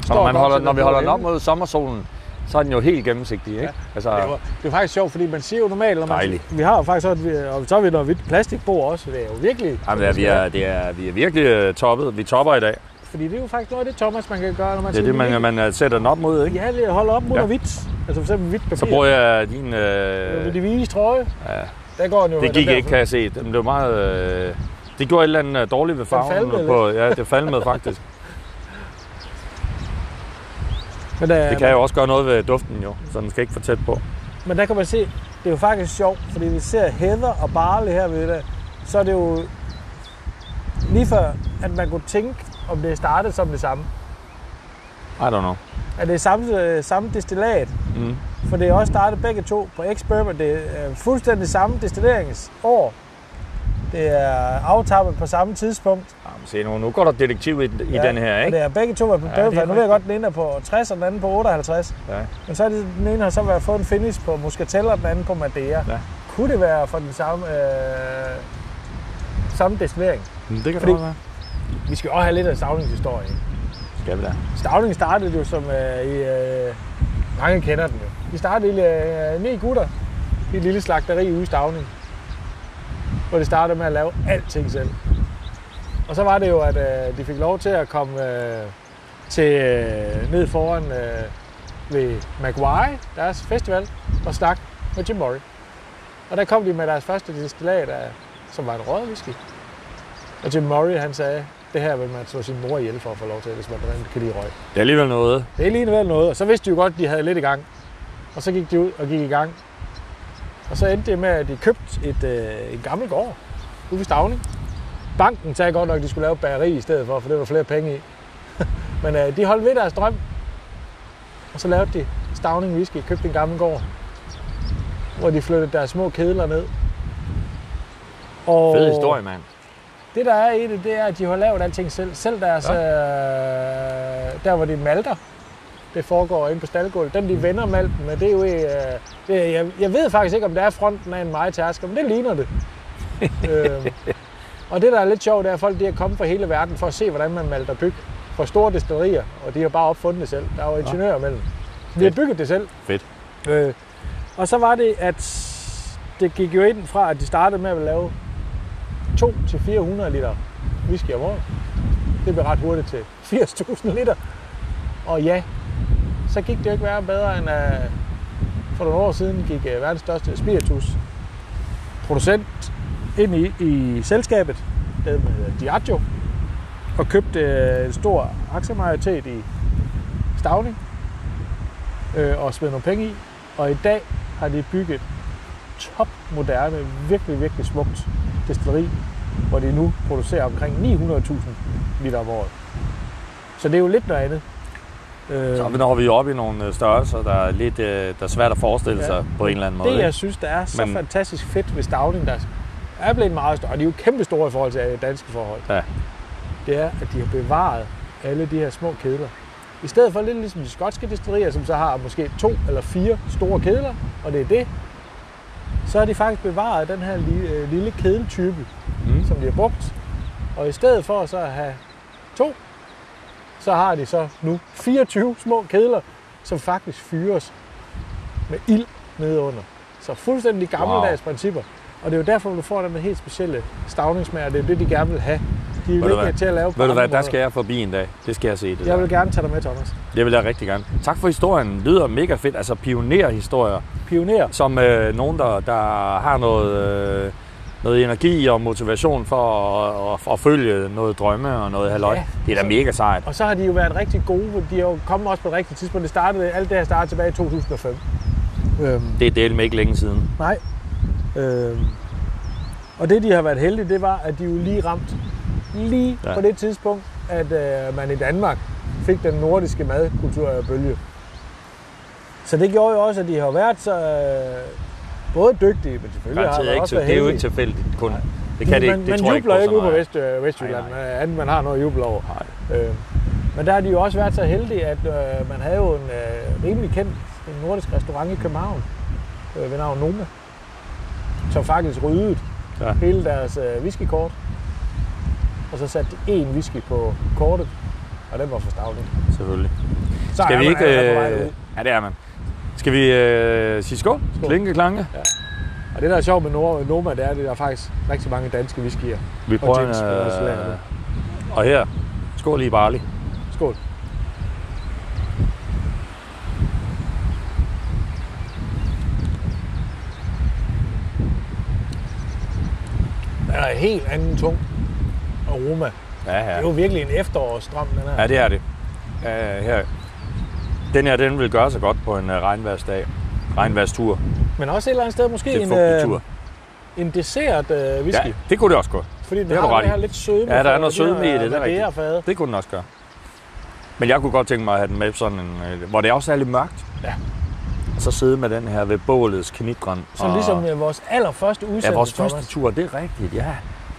Speaker 2: så
Speaker 1: Står
Speaker 2: når, man
Speaker 1: godt
Speaker 2: holder,
Speaker 1: til
Speaker 2: når
Speaker 1: den
Speaker 2: vi holder den
Speaker 1: blå
Speaker 2: op
Speaker 1: himmel.
Speaker 2: mod sommersolen, så er den jo helt gennemsigtig, ikke?
Speaker 1: Ja.
Speaker 2: Altså,
Speaker 1: Det var, det var faktisk sjovt, fordi man siger jo normalt, når man,
Speaker 2: Dejligt.
Speaker 1: vi har jo faktisk også, et- og så har vi noget hvidt plastikbord også, det er jo virkelig,
Speaker 2: jamen, det er, vi, er, det er, vi er virkelig øh, toppet. Vi topper i dag.
Speaker 1: fordi det er jo faktisk noget af det, Thomas, man kan gøre, når man
Speaker 2: Det er det, man, man øh, sætter den op mod, ikke?
Speaker 1: Ja, lige holde op mod
Speaker 2: Ja.
Speaker 1: ja. hvidt, altså for eksempel hvidt papir.
Speaker 2: Så bruger jeg din... Øh,
Speaker 1: Med de hvide trøje,
Speaker 2: Ja.
Speaker 1: der går den jo.
Speaker 2: Det gik ikke, kan jeg se. Den blev meget... Øh, det gjorde et eller andet øh, dårligt ved farven.
Speaker 1: falmede
Speaker 2: på, ja, det falmede faktisk.
Speaker 1: Men, øh, der,
Speaker 2: Det kan jo også gøre noget ved duften, jo. Så den skal ikke for tæt på.
Speaker 1: men der kan man se, det er jo faktisk sjovt, fordi vi ser heather og barley her ved det, så er det jo lige før, at man kunne tænke, om det startede som det samme.
Speaker 2: I don't know.
Speaker 1: Er det samme, øh, samme destillat?
Speaker 2: Mm.
Speaker 1: For det er også startet begge to på X-Bourbon. Det er øh, fuldstændig samme destilleringsår. Det er aftappet på samme tidspunkt.
Speaker 2: Jamen, Ah, se nu, nu går der detektiv i, i den her,
Speaker 1: Og
Speaker 2: ikke?
Speaker 1: det er begge to været på
Speaker 2: Ja,
Speaker 1: ja,
Speaker 2: det er
Speaker 1: Nu ved jeg godt, den ene er på 60, og den anden på 58.
Speaker 2: Ja.
Speaker 1: Men så er det, den ene har så været fået en finish på Muscatel, og den anden på Madeira.
Speaker 2: Ja.
Speaker 1: Kunne det være for den samme, øh, samme destillering?
Speaker 2: Det kan
Speaker 1: Fordi-
Speaker 2: være.
Speaker 1: Vi skal jo også have lidt af Stavlings historie. ikke?
Speaker 2: Skal vi da.
Speaker 1: Stavling startede jo som øh, i, øh, mange kender den jo. De startede i øh, ni gutter i et lille slagteri ude i Stavning. Hvor de startede med at lave alting selv. Og så var det jo, at øh, de fik lov til at komme øh, til øh, ned foran øh, ved Maguire, deres festival, og snakke med Jim Murray. Og der kom de med deres første destillat, af, som var en rød whisky. Og Jim Murray, han sagde, det her vil man slå sin mor ihjel for at få lov til, hvis man rent kan lide røg.
Speaker 2: Det er alligevel noget.
Speaker 1: Det er lige vel noget, og så vidste de jo godt, at de havde lidt i gang. Og så gik de ud og gik i gang. Og så endte det med, at de købte et, øh, en gammel gård ude ved Stavning. Banken sagde godt nok, at de skulle lave et bageri i stedet for, for det var flere penge i. Men øh, de holdt ved deres drøm. Og så lavede de Stavning Whisky, købte en gammel gård, hvor de flyttede deres små kedler ned. Og
Speaker 2: Fed historie, mand.
Speaker 1: det, der er i det, det er, at de har lavet alting selv. Selv deres, ja. øh, der hvor de malter, det foregår inde på staldgulvet. Den,
Speaker 2: Mm.
Speaker 1: de vender malten med, det er jo... Øh, det, er- jeg, jeg ved faktisk ikke, om det er fronten af en majtærsker, men det ligner det. øh, og det, der er lidt sjovt, det er, at folk de er kommet fra hele verden for at se, hvordan man malter byg fra store destillerier, og de har bare opfundet det selv. Der er jo ingeniører imellem. De har
Speaker 2: Fedt.
Speaker 1: bygget det selv.
Speaker 2: Fedt.
Speaker 1: Øh, og så var det, at det gik jo ind fra, at de startede med at lave 200-400 liter whisky om året. Det blev ret hurtigt til 80.000 liter. Og ja, så gik det jo ikke værre bedre end at for nogle år siden gik øh, verdens største spiritus producent ind i, i selskabet, der hedder øh, Diageo, og købte øh, en stor aktiemajoritet i Stavning øh, og smed nogle penge i. Og i dag har de bygget topmoderne, virkelig, virkelig smukt destilleri, hvor de nu producerer omkring 900.000 liter om året. Så det er jo lidt noget andet. Øh,
Speaker 2: Så når vi oppe i nogle øh, størrelser, der er lidt øh, der er svært at forestille
Speaker 1: Ja.
Speaker 2: sig på en eller anden måde.
Speaker 1: Det, jeg
Speaker 2: ikke?
Speaker 1: synes, der er så
Speaker 2: Men-
Speaker 1: Men... fantastisk fedt ved Stavning, der er blevet meget større. Og de er jo kæmpestore i forhold til øh, danske forhold.
Speaker 2: Ja.
Speaker 1: Det er, at de har bevaret alle de her små kedler. I stedet for lidt ligesom de skotske destillerier, som så har måske to eller fire store kedler, og det er det, så har de faktisk bevaret den her lille, øh, lille kedeltype,
Speaker 2: Mm.
Speaker 1: som de har brugt. Og i stedet for så at have to, så har de så nu 24 små kedler, som faktisk fyres med ild nedunder. Så fuldstændig gammeldags wow. principper. Og det er jo derfor, du får den der helt specielle stavningssmag, og det er jo det, de gerne vil have. De er
Speaker 2: du hvad?
Speaker 1: vigtige til at lave på
Speaker 2: Ved du
Speaker 1: andre
Speaker 2: hvad, der
Speaker 1: måder.
Speaker 2: skal jeg forbi en dag. Det skal jeg se. Det
Speaker 1: Jeg
Speaker 2: der.
Speaker 1: vil gerne tage dig med, Thomas.
Speaker 2: det vil jeg rigtig gerne. Tak for historien. Lyder mega fedt. Altså pionerhistorier,
Speaker 1: Pioner.
Speaker 2: som øh, nogen, der, der har noget, øh, noget energi og motivation for at, at, at følge noget drømme og noget halløj.
Speaker 1: Ja.
Speaker 2: Det er da mega sejt.
Speaker 1: Og så har de jo været rigtig gode. De er jo kommet også på et rigtigt tidspunkt. Det startede, alt det her startede tilbage i 2005. Øhm,
Speaker 2: Det er delt med ikke længe siden.
Speaker 1: nej. Øhm, og det, de har været heldige, det var, at de jo lige ramt lige
Speaker 2: Ja.
Speaker 1: ja. på det tidspunkt, at øh, man i Danmark fik den nordiske madkulturbølge. Så det gjorde jo også, at de har været så, øh, både dygtige, men selvfølgelig har
Speaker 2: Garanteret
Speaker 1: de
Speaker 2: ikke
Speaker 1: også
Speaker 2: til-
Speaker 1: været
Speaker 2: det er jo
Speaker 1: heldige.
Speaker 2: ikke tilfældigt kun.
Speaker 1: Nej.
Speaker 2: Det kan det ikke.
Speaker 1: man,
Speaker 2: Det
Speaker 1: man
Speaker 2: tror jeg ikke
Speaker 1: jubler
Speaker 2: på
Speaker 1: ikke
Speaker 2: så
Speaker 1: ude på
Speaker 2: meget.
Speaker 1: Vest, øh, Vestjylland,
Speaker 2: Nej,
Speaker 1: øh, andet man har noget at juble over. Øh, men der har de jo også været så heldige, at øh, man havde jo en øh, rimelig kendt en nordisk restaurant i København øh, ved navn Noma, som faktisk ryddede
Speaker 2: Ja.
Speaker 1: ja. hele deres øh, whiskykort. Og så satte de én whisky på kortet, og den var for stavlig.
Speaker 2: Selvfølgelig.
Speaker 1: Så
Speaker 2: Skal
Speaker 1: er
Speaker 2: vi
Speaker 1: man
Speaker 2: ikke...
Speaker 1: allerede på vej
Speaker 2: Øh,
Speaker 1: ud.
Speaker 2: ja, det er man. Skal vi øh, sige skål?
Speaker 1: Skål.
Speaker 2: Klinke, klanke?
Speaker 1: Og det, der er sjovt med Noma, Noma det er, at der er faktisk rigtig mange danske whiskyer.
Speaker 2: Vi
Speaker 1: Og
Speaker 2: prøver
Speaker 1: James
Speaker 2: en,
Speaker 1: spiller også lager
Speaker 2: øh,
Speaker 1: det.
Speaker 2: Og her. Skål i Barley.
Speaker 1: Skål. Der er en helt anden tung aroma. Ja.
Speaker 2: Ja,
Speaker 1: Det
Speaker 2: ja.
Speaker 1: er jo virkelig en efterårsdrøm, den her.
Speaker 2: Ja, det er det. Øh, her. Den her, den vil gøre sig godt på en øh, regnværsdag. Regnværstur.
Speaker 1: Men også et eller andet sted måske
Speaker 2: Det er
Speaker 1: en,
Speaker 2: fugtig
Speaker 1: øh,
Speaker 2: tur.
Speaker 1: en dessert øh, whisky.
Speaker 2: Ja, det kunne det også gå.
Speaker 1: Fordi den
Speaker 2: det har du
Speaker 1: har
Speaker 2: ret i.
Speaker 1: den her lidt sødme.
Speaker 2: Ja, der er
Speaker 1: fra
Speaker 2: noget
Speaker 1: de her
Speaker 2: sødme i det, det er rigtigt.
Speaker 1: Madeira-fade.
Speaker 2: Det kunne den også gøre. Men jeg kunne godt tænke mig at have den med på sådan en, øh, hvor det også er lidt mørkt.
Speaker 1: Ja.
Speaker 2: Og så sidde med den her ved bålets knitren.
Speaker 1: Som
Speaker 2: og-
Speaker 1: ligesom øh, vores allerførste udsendelse,
Speaker 2: Ja, vores første
Speaker 1: Thomas.
Speaker 2: tur, det er rigtigt, ja.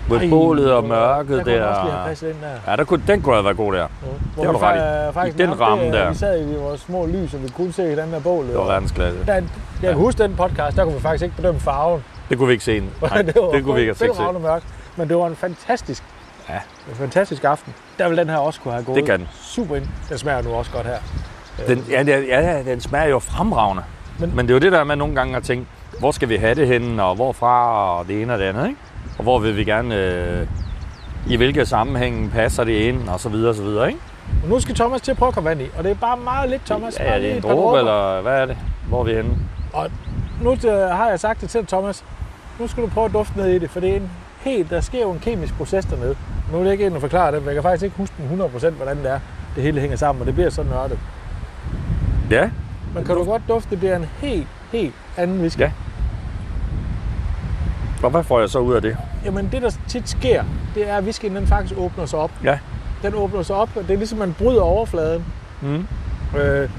Speaker 2: Ved
Speaker 1: Ej,
Speaker 2: bålet og
Speaker 1: hvor-
Speaker 2: mørket
Speaker 1: Der kunne den også lige
Speaker 2: der.
Speaker 1: have passet ind der.
Speaker 2: Ja, der kunne, den kunne have været god der.
Speaker 1: Hvor
Speaker 2: Det har
Speaker 1: vi
Speaker 2: du ret i.
Speaker 1: fa- faktisk
Speaker 2: I den
Speaker 1: nærmest,
Speaker 2: ramme
Speaker 1: øh,
Speaker 2: der.
Speaker 1: Vi sad i vores små lys, og vi kunne se i den der bål.
Speaker 2: Det var verdensklasse.
Speaker 1: Der, jeg kan
Speaker 2: Ja.
Speaker 1: huske den podcast, der kunne vi faktisk ikke bedømme farven.
Speaker 2: Det kunne vi ikke se. Nej, det, det kunne vi ikke se.
Speaker 1: Det mørkt, men det var en fantastisk,
Speaker 2: Ja.
Speaker 1: en fantastisk aften. Der ville den her også kunne have gået
Speaker 2: Det kan den.
Speaker 1: super ind. Den smager nu også godt her.
Speaker 2: Den, ja, den- ja, den smager jo fremragende. Men,
Speaker 1: Men-
Speaker 2: Men det er jo det der med nogle gange at tænke, hvor skal vi have det henne, og hvorfra, og det ene og det andet, ikke? Og hvor vil vi gerne, øh, i hvilke sammenhænge passer det ind, og så videre, og så videre, ikke?
Speaker 1: Og nu skal Thomas til at prøve at komme vand i, og det er bare meget lidt, Thomas.
Speaker 2: ja,
Speaker 1: Bare
Speaker 2: er det
Speaker 1: lige
Speaker 2: en
Speaker 1: et par
Speaker 2: dråbe,
Speaker 1: dråber.
Speaker 2: eller hvad er det? Hvor er vi henne?
Speaker 1: Nu øh, har jeg sagt det til dig, Thomas. Nu skal du prøve at dufte ned i det, for det er en helt, der sker jo en kemisk proces dernede. Nu er det ikke en at forklare det, men jeg kan faktisk ikke huske den 100% hvordan det er. Det hele hænger sammen, og det bliver så nørdet.
Speaker 2: Ja,
Speaker 1: Men kan du godt dufte, det bliver en helt, helt anden whisky.
Speaker 2: Ja. og hvad får jeg så ud af det?
Speaker 1: Jamen det, der tit sker, det er, at whiskyen den faktisk åbner sig op.
Speaker 2: Ja.
Speaker 1: Den åbner sig op, og det er ligesom, man bryder overfladen.
Speaker 2: Mm.
Speaker 1: Øh,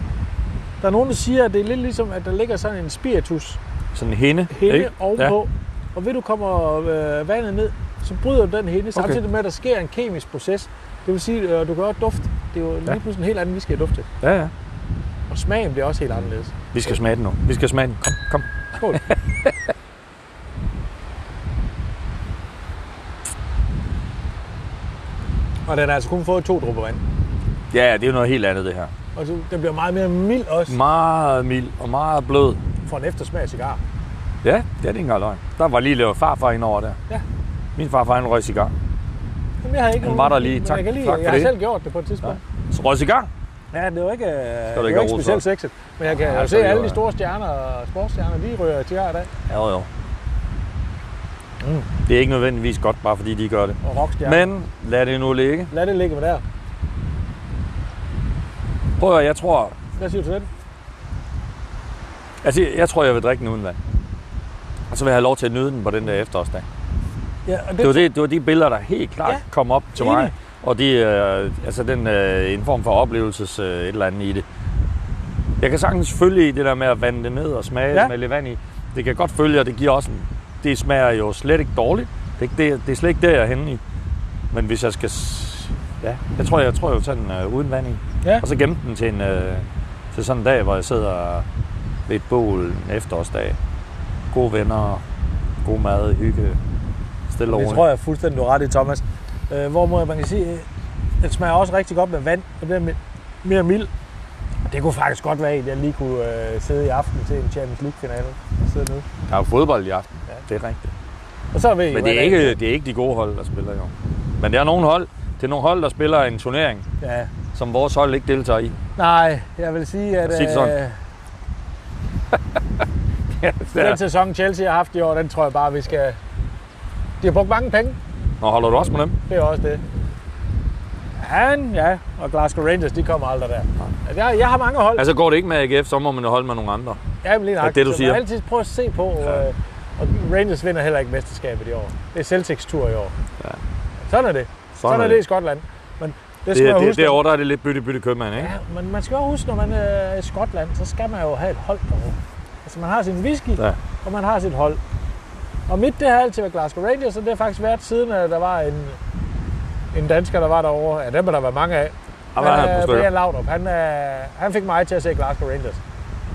Speaker 1: der er nogen, der siger, at det er lidt ligesom, at der ligger sådan en spiritus
Speaker 2: Sådan en hende,
Speaker 1: hende
Speaker 2: ikke?
Speaker 1: ovenpå. Og ved du kommer øh, vandet ned, så bryder du den hende, okay. samtidig med, at der sker en kemisk proces. Det vil sige, at du kan godt dufte. Det er jo lige
Speaker 2: Ja.
Speaker 1: pludselig en helt anden whisky at dufte. til.
Speaker 2: Ja, ja. ja.
Speaker 1: Og smagen bliver også helt anderledes.
Speaker 2: Vi skal smage den nu. Vi skal smage den. Kom, kom.
Speaker 1: Skål. og den har altså kun fået to dråber vand.
Speaker 2: Ja, ja, det er jo noget helt andet, det her.
Speaker 1: Og så, den bliver meget mere mild også
Speaker 2: Meget mild og meget blød.
Speaker 1: for en eftersmag af cigar.
Speaker 2: Ja, det er det ikke engang løgn. Der var lige lavet farfar ind over der.
Speaker 1: Ja.
Speaker 2: Min farfar, han røg cigar.
Speaker 1: Jamen, jeg har ikke
Speaker 2: Den
Speaker 1: nogen-
Speaker 2: var der lige.
Speaker 1: men
Speaker 2: Tak-
Speaker 1: jeg kan lige,
Speaker 2: tak for
Speaker 1: jeg har
Speaker 2: det.
Speaker 1: selv gjort det på et tidspunkt.
Speaker 2: Så røg cigar?
Speaker 1: Ja, det var ikke, øh, det
Speaker 2: du
Speaker 1: var ikke,
Speaker 2: ikke have
Speaker 1: ikke
Speaker 2: rodet
Speaker 1: specielt sexet. Men jeg kan
Speaker 2: Nej,
Speaker 1: jo
Speaker 2: så
Speaker 1: se
Speaker 2: er det
Speaker 1: alle
Speaker 2: jo-
Speaker 1: de store stjerner og sportsstjerner, de ryger til her i dag.
Speaker 2: Ja, jo. Mm. Det er ikke nødvendigvis godt, bare fordi de gør det.
Speaker 1: Og rockstjerner.
Speaker 2: Men lad det nu ligge.
Speaker 1: Lad det ligge med der.
Speaker 2: Prøv at høre, jeg tror,
Speaker 1: Hvad siger du til den?
Speaker 2: altså, jeg tror, jeg vil drikke den uden vand. Og så vil jeg have lov til at nyde den på den der efterårsdag.
Speaker 1: Ja, og
Speaker 2: Det var, det, det var de billeder, der helt klart ja.
Speaker 1: Ja,
Speaker 2: kom op til mig.
Speaker 1: enig.
Speaker 2: Og det er øh, altså den, øh, en form for oplevelses øh, et eller andet i det. Jeg kan sagtens følge i det der med at vande det ned og smage ja.
Speaker 1: Ja.
Speaker 2: med lidt vand i. Det kan jeg godt følge, og det giver også en det smager jo slet ikke dårligt. Det er, ikke det, det er slet ikke der, jeg er henne i. Men hvis jeg skal... s- Ja, jeg tror, jeg, tror, jeg vil tage den øh, uden vanding.
Speaker 1: Ja.
Speaker 2: Og så gemme den til, en, øh, til sådan en dag, hvor jeg sidder ved et bål en efterårsdag. Gode venner, god mad, hygge, stille og
Speaker 1: Det
Speaker 2: roligt.
Speaker 1: tror jeg fuldstændig, du har ret i, Thomas. Øh, hvorimod man kan sige, øh, den smager også rigtig godt med vand. Den bliver mi- mere mild. Det kunne faktisk godt være en, jeg lige kunne øh, sidde i aften til en Champions League-finale. og Sidde nede.
Speaker 2: Der er jo fodbold i aften,
Speaker 1: Ja.
Speaker 2: ja. det er rigtigt.
Speaker 1: Og så ved I,
Speaker 2: Men
Speaker 1: hvad
Speaker 2: det er, ikke, det er ikke de gode hold, der spiller jo. Men det er nogle hold, det er nogle hold, der spiller en turnering,
Speaker 1: Ja.
Speaker 2: som vores hold ikke deltager i.
Speaker 1: Nej, jeg vil sige, at
Speaker 2: Sig det sådan.
Speaker 1: øh, den
Speaker 2: Ja.
Speaker 1: sæson, Chelsea har haft i år, den tror jeg bare, vi skal... De har brugt mange penge.
Speaker 2: Nå, holder du også med dem?
Speaker 1: Det er også det. Han, ja, og Glasgow Rangers, de kommer aldrig der. Altså, Jeg, jeg har mange hold.
Speaker 2: Altså går det ikke med AGF, så må man jo holde med nogle andre.
Speaker 1: Ja, men lige nok.
Speaker 2: det, du siger.
Speaker 1: altid prøve at se på, ja.
Speaker 2: Ja.
Speaker 1: øh, og Rangers vinder heller ikke mesterskabet i år. Det er Celtics tur i år.
Speaker 2: Ja.
Speaker 1: Sådan er det. Sådan, er det i Skotland. Men det skal man
Speaker 2: Det, det,
Speaker 1: jo
Speaker 2: det,
Speaker 1: huske.
Speaker 2: derovre, der er det lidt bytte-bytte købmand, ikke?
Speaker 1: ja, men man skal også huske, når man er i Skotland, så skal man jo have et hold derovre. Altså man har sin whisky, ja.
Speaker 2: Ja.
Speaker 1: og man har sit hold. Og mit, det har altid været Glasgow Rangers, og det har faktisk været siden, at der var en, en dansker, der var derovre. Ja, dem har der været mange af.
Speaker 2: Og hvad er
Speaker 1: er
Speaker 2: han på
Speaker 1: Brian Laudrup. Han, øh, han fik mig til at se Glasgow Rangers.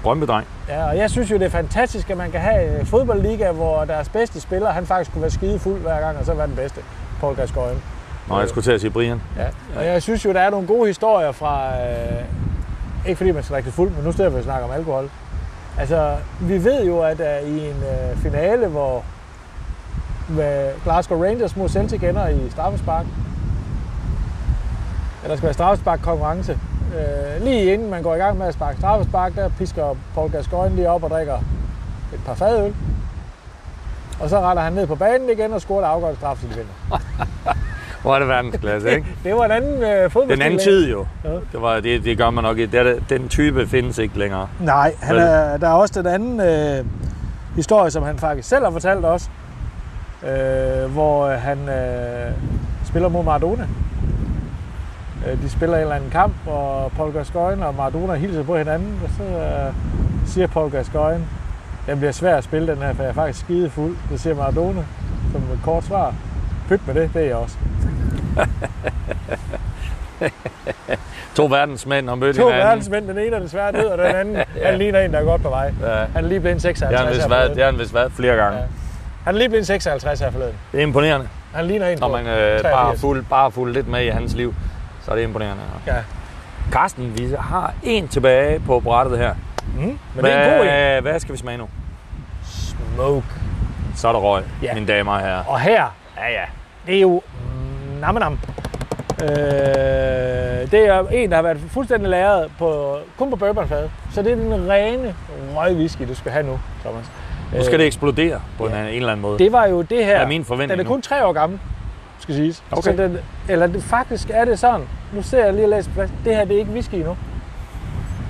Speaker 2: Brøndby-dreng.
Speaker 1: Ja, og jeg synes jo, det er fantastisk, at man kan have en fodboldliga, hvor deres bedste spiller, han faktisk kunne være skidefuld hver gang, og så være den bedste, Paul Gascoigne.
Speaker 2: Nå, jeg skulle til at sige Brian.
Speaker 1: Ja. Og jeg synes jo, der er nogle gode historier fra, øh, ikke fordi man skal drikke det fuldt, men nu står vi og snakker om alkohol. Altså, vi ved jo, at øh, i en øh, finale, hvor med Glasgow Rangers mod Celtic ender i straffespark, ja, der skal være straffespark konkurrence. Øh, lige inden man går i gang med at sparke straffespark, der pisker Paul Gascoigne lige op og drikker et par fadøl. Og så retter han ned på banen igen og scorer et afgørende straf, så de vinder.
Speaker 2: Hvor er det verdensklasse, ikke?
Speaker 1: Det var en anden øh, fodboldstil.
Speaker 2: Den anden tid jo.
Speaker 1: Ja.
Speaker 2: Det, var, det, det gør man nok ikke. Det er, det- den type findes ikke længere.
Speaker 1: Nej, han
Speaker 2: Vel?
Speaker 1: er, der er også den anden øh, historie, som han faktisk selv har fortalt os, øh, hvor øh, han øh, spiller mod Maradona. Øh, de spiller en eller anden kamp, og Paul Gascoigne og Maradona hilser på hinanden, og så øh, siger Paul Gascoigne, den bliver svær at spille den her, for jeg er faktisk skide fuld. Det siger Maradona som et kort svar. Pyt med det, det er jeg også.
Speaker 2: To verdensmænd har mødt
Speaker 1: To
Speaker 2: hinanden.
Speaker 1: verdensmænd, den ene er desværre død, og den anden, han ligner en, der er godt på vej.
Speaker 2: Ja.
Speaker 1: Han er lige blevet en 56
Speaker 2: Det har
Speaker 1: her
Speaker 2: han vist
Speaker 1: forleden.
Speaker 2: været, det har han vist været flere gange.
Speaker 1: Ja. Han er lige blevet 56 her forleden.
Speaker 2: Det er imponerende.
Speaker 1: Han ligner en
Speaker 2: Når
Speaker 1: på
Speaker 2: man øh,
Speaker 1: 83.
Speaker 2: bare fuld, bare fuld lidt med i hans liv, så er det imponerende.
Speaker 1: Ja.
Speaker 2: Carsten, vi har en tilbage på brættet her.
Speaker 1: Mm. Men det er en god en.
Speaker 2: Hvad- Hvad skal vi smage nu?
Speaker 1: Smoke.
Speaker 2: Så er der røg,
Speaker 1: Ja.
Speaker 2: ja. mine damer og herrer.
Speaker 1: Og her,
Speaker 2: Ja, ja.
Speaker 1: det er jo mm, nam nam. Øh, det er en, der har været fuldstændig læret på, kun på bourbonfadet. Så det er den rene røgwhisky, du skal have nu, Thomas.
Speaker 2: Nu skal det eksplodere på
Speaker 1: ja.
Speaker 2: Øh, ja. en, en eller anden måde.
Speaker 1: Det var jo det her.
Speaker 2: Det er min forventning
Speaker 1: Den er kun tre år gammel, skal siges.
Speaker 2: Okay.
Speaker 1: Så den, eller det, faktisk er det sådan. Nu ser jeg lige og læser på plads. Det her, det er ikke whisky endnu.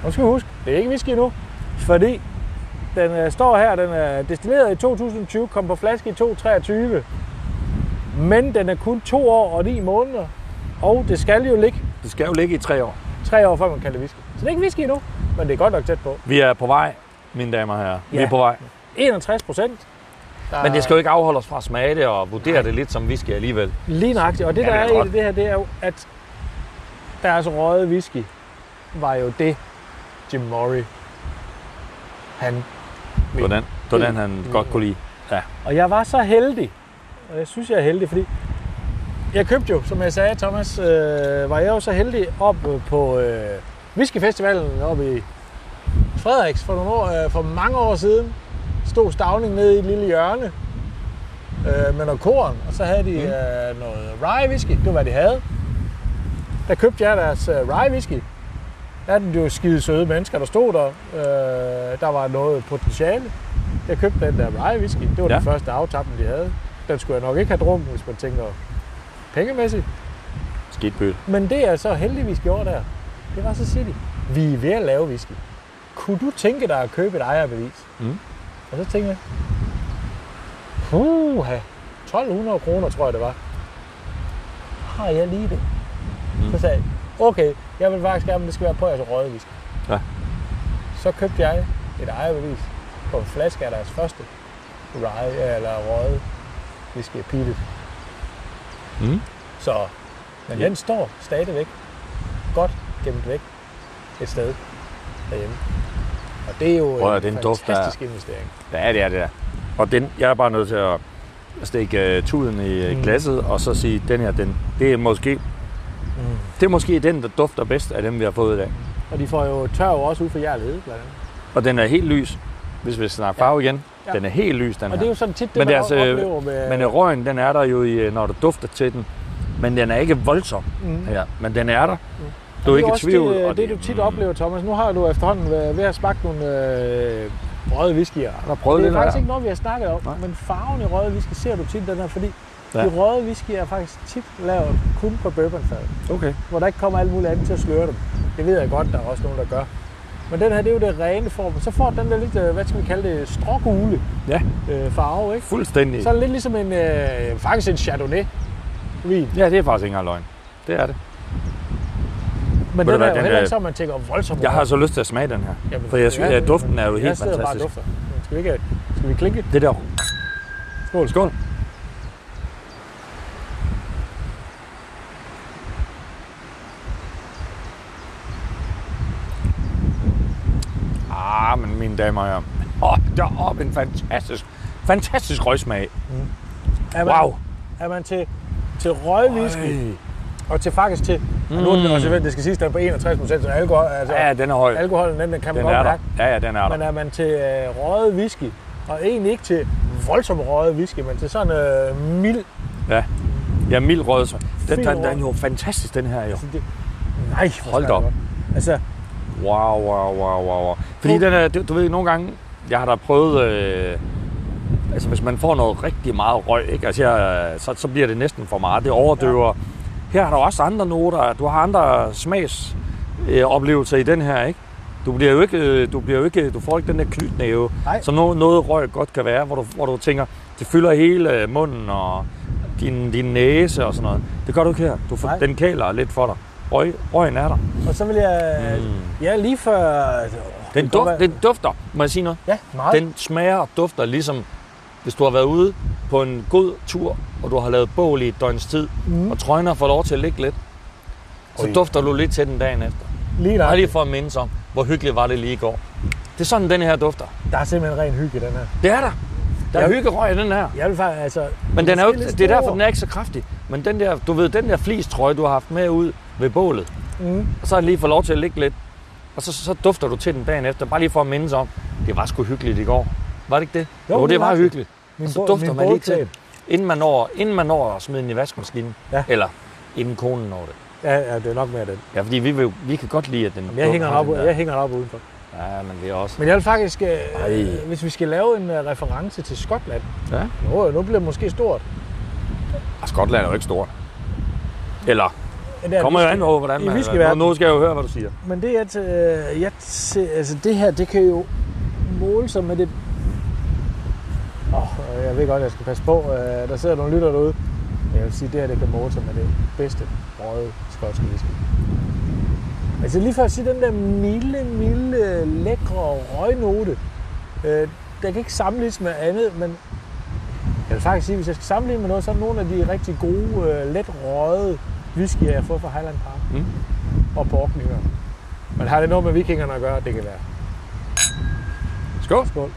Speaker 1: Nu skal vi huske, det er ikke whisky endnu. Fordi den øh, står her, den er destilleret i 2020, kom på flaske i 2023. Men den er kun to år og ni måneder. Og det skal jo ligge
Speaker 2: det skal jo ligge i tre år.
Speaker 1: tre år, før man kalder det whisky. Så det er ikke whisky endnu, men det er godt nok tæt på.
Speaker 2: Vi er på vej, mine damer og herrer. Ja. Vi
Speaker 1: Ja.
Speaker 2: er på vej.
Speaker 1: 61 procent.
Speaker 2: Men det skal jo ikke afholde os fra at smage det og vurdere det lidt, som vi skal alligevel.
Speaker 1: Lige nøjagtigt. Og det,
Speaker 2: Ja,
Speaker 1: der
Speaker 2: det er
Speaker 1: er i
Speaker 2: godt.
Speaker 1: det her, det er jo, at deres røde whisky var jo det, Jim Murray, han
Speaker 2: Det var den, det var den han
Speaker 1: Mm.
Speaker 2: godt kunne lide.
Speaker 1: Og jeg var så heldig, og jeg synes, jeg er heldig, fordi jeg købte jo, som jeg sagde, Thomas, øh, var jeg jo så heldig op øh, på øh, Whiskyfestivalen oppe i Frederiks for, nogle år, øh, for mange år siden. Stod Stavning nede i et lille hjørne øh, med noget korn, og så havde de øh, noget rye whisky, det var hvad de havde. Der købte jeg deres øh, rye whisky. Der er den jo skide søde mennesker, der stod der. Øh, der var noget potentiale. Jeg købte den der rye whisky. Det var ja.
Speaker 2: Ja.
Speaker 1: den første aftappen, de havde. Den skulle jeg nok ikke have drukket, hvis man tænker pengemæssigt.
Speaker 2: Skidt pyt.
Speaker 1: Men det er så heldigvis gjort der. Det var så city. Vi er ved at lave whisky. Kunne du tænke dig at købe et ejerbevis?
Speaker 2: Mm.
Speaker 1: Og så tænkte jeg, puha, 1200 kroner tror jeg det var. Har jeg lige det? Mm. Så sagde jeg, okay, jeg vil faktisk gerne, men det skal være på jeres røde whisky.
Speaker 2: Ja.
Speaker 1: Så købte jeg et ejerbevis på en flaske af deres første rye eller røget whisky pillet.
Speaker 2: Mm.
Speaker 1: Så, men
Speaker 2: Ja.
Speaker 1: den står stadigvæk godt gemt væk et sted derhjemme. Og det er jo
Speaker 2: Prøv at
Speaker 1: en
Speaker 2: høre, den duft, der-
Speaker 1: fantastisk investering.
Speaker 2: Ja, det er det der. Og den, jeg er bare nødt til at stikke øh, tuden i
Speaker 1: Mm.
Speaker 2: mm. glasset, og så sige, den her, den, det, er måske,
Speaker 1: Mm.
Speaker 2: det er måske den, der dufter bedst af dem, vi har fået i dag.
Speaker 1: Og de får jo tør jo også ud for jer lede, blandt andet.
Speaker 2: Og den er helt lys, hvis vi snakker farve igen.
Speaker 1: Ja.
Speaker 2: Den er helt lys, den
Speaker 1: Og det er
Speaker 2: her.
Speaker 1: jo sådan tit det,
Speaker 2: Men
Speaker 1: man
Speaker 2: det er
Speaker 1: altså,
Speaker 2: altså, øh,
Speaker 1: oplever med...
Speaker 2: Men øh, røgen, den er der jo, i, øh, når du dufter til den. Men den er ikke voldsom
Speaker 1: mm.
Speaker 2: her, men den er der.
Speaker 1: Og
Speaker 2: Du er
Speaker 1: det jo
Speaker 2: ikke i
Speaker 1: også
Speaker 2: tvivl.
Speaker 1: Det, øh,
Speaker 2: og
Speaker 1: det, det, du tit
Speaker 2: mm,
Speaker 1: oplever, Thomas. Nu har du efterhånden været ved at smage nogle øh, røde whiskyer.
Speaker 2: Jeg har prøvet
Speaker 1: Det
Speaker 2: det,
Speaker 1: er
Speaker 2: der.
Speaker 1: faktisk ikke noget, vi har snakket om, Nej.
Speaker 2: Nej.
Speaker 1: men farven i røde whisky ser du tit den her, fordi ja.
Speaker 2: Ja.
Speaker 1: de røde whisky er faktisk tit lavet kun på bourbonfadet,
Speaker 2: Okay.
Speaker 1: hvor der ikke kommer alt muligt andet til at sløre dem. Det ved jeg godt, der er også nogen, der gør. Men den her, det er jo det rene form. Så får den der lidt, øh, hvad skal vi kalde det, strågule
Speaker 2: Ja.
Speaker 1: øh, farve, ikke?
Speaker 2: Fuldstændig.
Speaker 1: Så er det lidt ligesom en, øh, faktisk en Chardonnay-vin.
Speaker 2: Ja, det er faktisk ikke engang løgn. Det er det.
Speaker 1: Men den
Speaker 2: Ved du
Speaker 1: er
Speaker 2: hvad,
Speaker 1: jo
Speaker 2: den
Speaker 1: heller
Speaker 2: er-
Speaker 1: ikke sådan, man tænker voldsomt.
Speaker 2: Jeg har så lyst til at smage den her.
Speaker 1: Jamen,
Speaker 2: For jeg synes, at duften er jo helt
Speaker 1: jeg sidder
Speaker 2: fantastisk.
Speaker 1: Bare og dufter. Men Skal vi, ikke, øh, skal vi klinke?
Speaker 2: Det der.
Speaker 1: Skål.
Speaker 2: Skål. Ah, men mine damer og herrer. Åh, deroppe en fantastisk, fantastisk røgsmag.
Speaker 1: Er man,
Speaker 2: Wow.
Speaker 1: Er man til, til røgwhisky,
Speaker 2: Ej.
Speaker 1: og til faktisk til... Mm. Nu er den også det skal siges, den er på 61 procent, så alkohol, altså,
Speaker 2: Ja, den er høj.
Speaker 1: alkoholen den, den kan man
Speaker 2: Den
Speaker 1: godt
Speaker 2: er der.
Speaker 1: mærke.
Speaker 2: Ja, ja, den er
Speaker 1: Men
Speaker 2: der.
Speaker 1: er man til øh, røget whisky, og egentlig ikke til voldsomt røget whisky, men til sådan øh, mild...
Speaker 2: Ja, ja mild rød. så- Den,
Speaker 1: Fin
Speaker 2: den, den,
Speaker 1: rød.
Speaker 2: er jo fantastisk, den her jo.
Speaker 1: Altså, det, nej, hvor
Speaker 2: Hold
Speaker 1: smager
Speaker 2: da op.
Speaker 1: det godt. Altså,
Speaker 2: Wow, wow, wow, wow. wow. Fordi
Speaker 1: Nu-
Speaker 2: den er, du, du ved, nogle gange, jeg har da prøvet, øh, altså hvis man får noget rigtig meget røg, ikke? Altså, jeg, så, så bliver det næsten for meget, det overdøver. Ja. Her har du også andre noter, du har andre smags øh, oplevelser i den her, ikke? Du bliver jo ikke, øh, du bliver jo ikke, du får ikke den der knytnæve,
Speaker 1: Nej.
Speaker 2: som no, noget røg godt kan være, hvor du, hvor du tænker, det fylder hele øh, munden og din, din næse og sådan noget. Det gør du ikke her. Du får,
Speaker 1: Nej.
Speaker 2: den kæler lidt for dig. Røg, røgen er der.
Speaker 1: og så vil jeg... Mm. Ja, lige før... kunne
Speaker 2: Den, duf,
Speaker 1: være-
Speaker 2: den dufter, må jeg sige noget?
Speaker 1: Ja, meget.
Speaker 2: Den smager og dufter ligesom, hvis du har været ude på en god tur, og du har lavet bål i et døgns tid, mm. og trøjner får lov til at ligge lidt, så
Speaker 1: Oj.
Speaker 2: dufter du lidt til den dagen efter.
Speaker 1: lige
Speaker 2: Bare
Speaker 1: der.
Speaker 2: lige for at minde sig om, hvor hyggeligt var det lige i går. Det er sådan, den her dufter.
Speaker 1: Der er simpelthen ren hygge, i den her.
Speaker 2: Det er der. Der er
Speaker 1: Ja.
Speaker 2: hyggerøg i den her.
Speaker 1: Jeg vil faktisk, altså...
Speaker 2: Men den er jo,
Speaker 1: måske
Speaker 2: det
Speaker 1: lidt
Speaker 2: er derfor,
Speaker 1: store.
Speaker 2: den er ikke så kraftig. Men den der, du ved, den der flistrøje, du har haft med ud ved bålet,
Speaker 1: Mm.
Speaker 2: og så har den lige fået lov til at ligge lidt, og så, så dufter du til den dagen efter, bare lige for at minde sig om, det var sgu hyggeligt i går. Var det ikke det?
Speaker 1: Jo,
Speaker 2: Jo,
Speaker 1: det
Speaker 2: det
Speaker 1: var
Speaker 2: var
Speaker 1: det.
Speaker 2: hyggeligt.
Speaker 1: Min
Speaker 2: Og så
Speaker 1: bog-
Speaker 2: dufter
Speaker 1: min
Speaker 2: man lige til,
Speaker 1: bogklæde.
Speaker 2: inden man når, inden man når at smide den i vaskemaskinen.
Speaker 1: Ja.
Speaker 2: Eller inden konen når det.
Speaker 1: Ja, ja, det er nok mere den.
Speaker 2: Ja, fordi vi, vil, jo- vi kan godt lide, at den...
Speaker 1: Jamen, jeg, hænger den
Speaker 2: har
Speaker 1: op,
Speaker 2: den der.
Speaker 1: jeg hænger den op udenfor.
Speaker 2: Ja, men det er også...
Speaker 1: Men jeg vil faktisk, øh,
Speaker 2: Ej.
Speaker 1: hvis vi skal lave en øh, reference til Skotland,
Speaker 2: Ja.
Speaker 1: nu, nu bliver det måske stort.
Speaker 2: Og Ah, Skotland er jo ikke stort. Eller,
Speaker 1: Det der,
Speaker 2: kommer
Speaker 1: vi
Speaker 2: jo
Speaker 1: skal-
Speaker 2: an på, hvordan
Speaker 1: i
Speaker 2: man...
Speaker 1: whiskyverdenen.
Speaker 2: Nu, nu skal jeg jo høre, hvad du siger.
Speaker 1: Men det er, at øh, jeg ser, altså, det her, det kan jo måle sig med det... Åh, oh, jeg ved godt, jeg skal passe på. Øh, der sidder nogle lytter derude. Men Jeg vil sige, det her, det kan måle sig med det bedste røde skotske whisky. Altså lige for at sige, den der milde, milde, lækre røgnote, øh, der kan ikke sammenlignes med andet, men jeg vil faktisk sige, hvis jeg skal sammenligne med noget, så er nogle af de rigtig gode, øh, let røde whiskyer, jeg har fået fra Highland Park
Speaker 2: Mm.
Speaker 1: og porkninger. Men har det noget med vikingerne at gøre? Det kan være.
Speaker 2: Skål.
Speaker 1: Skål.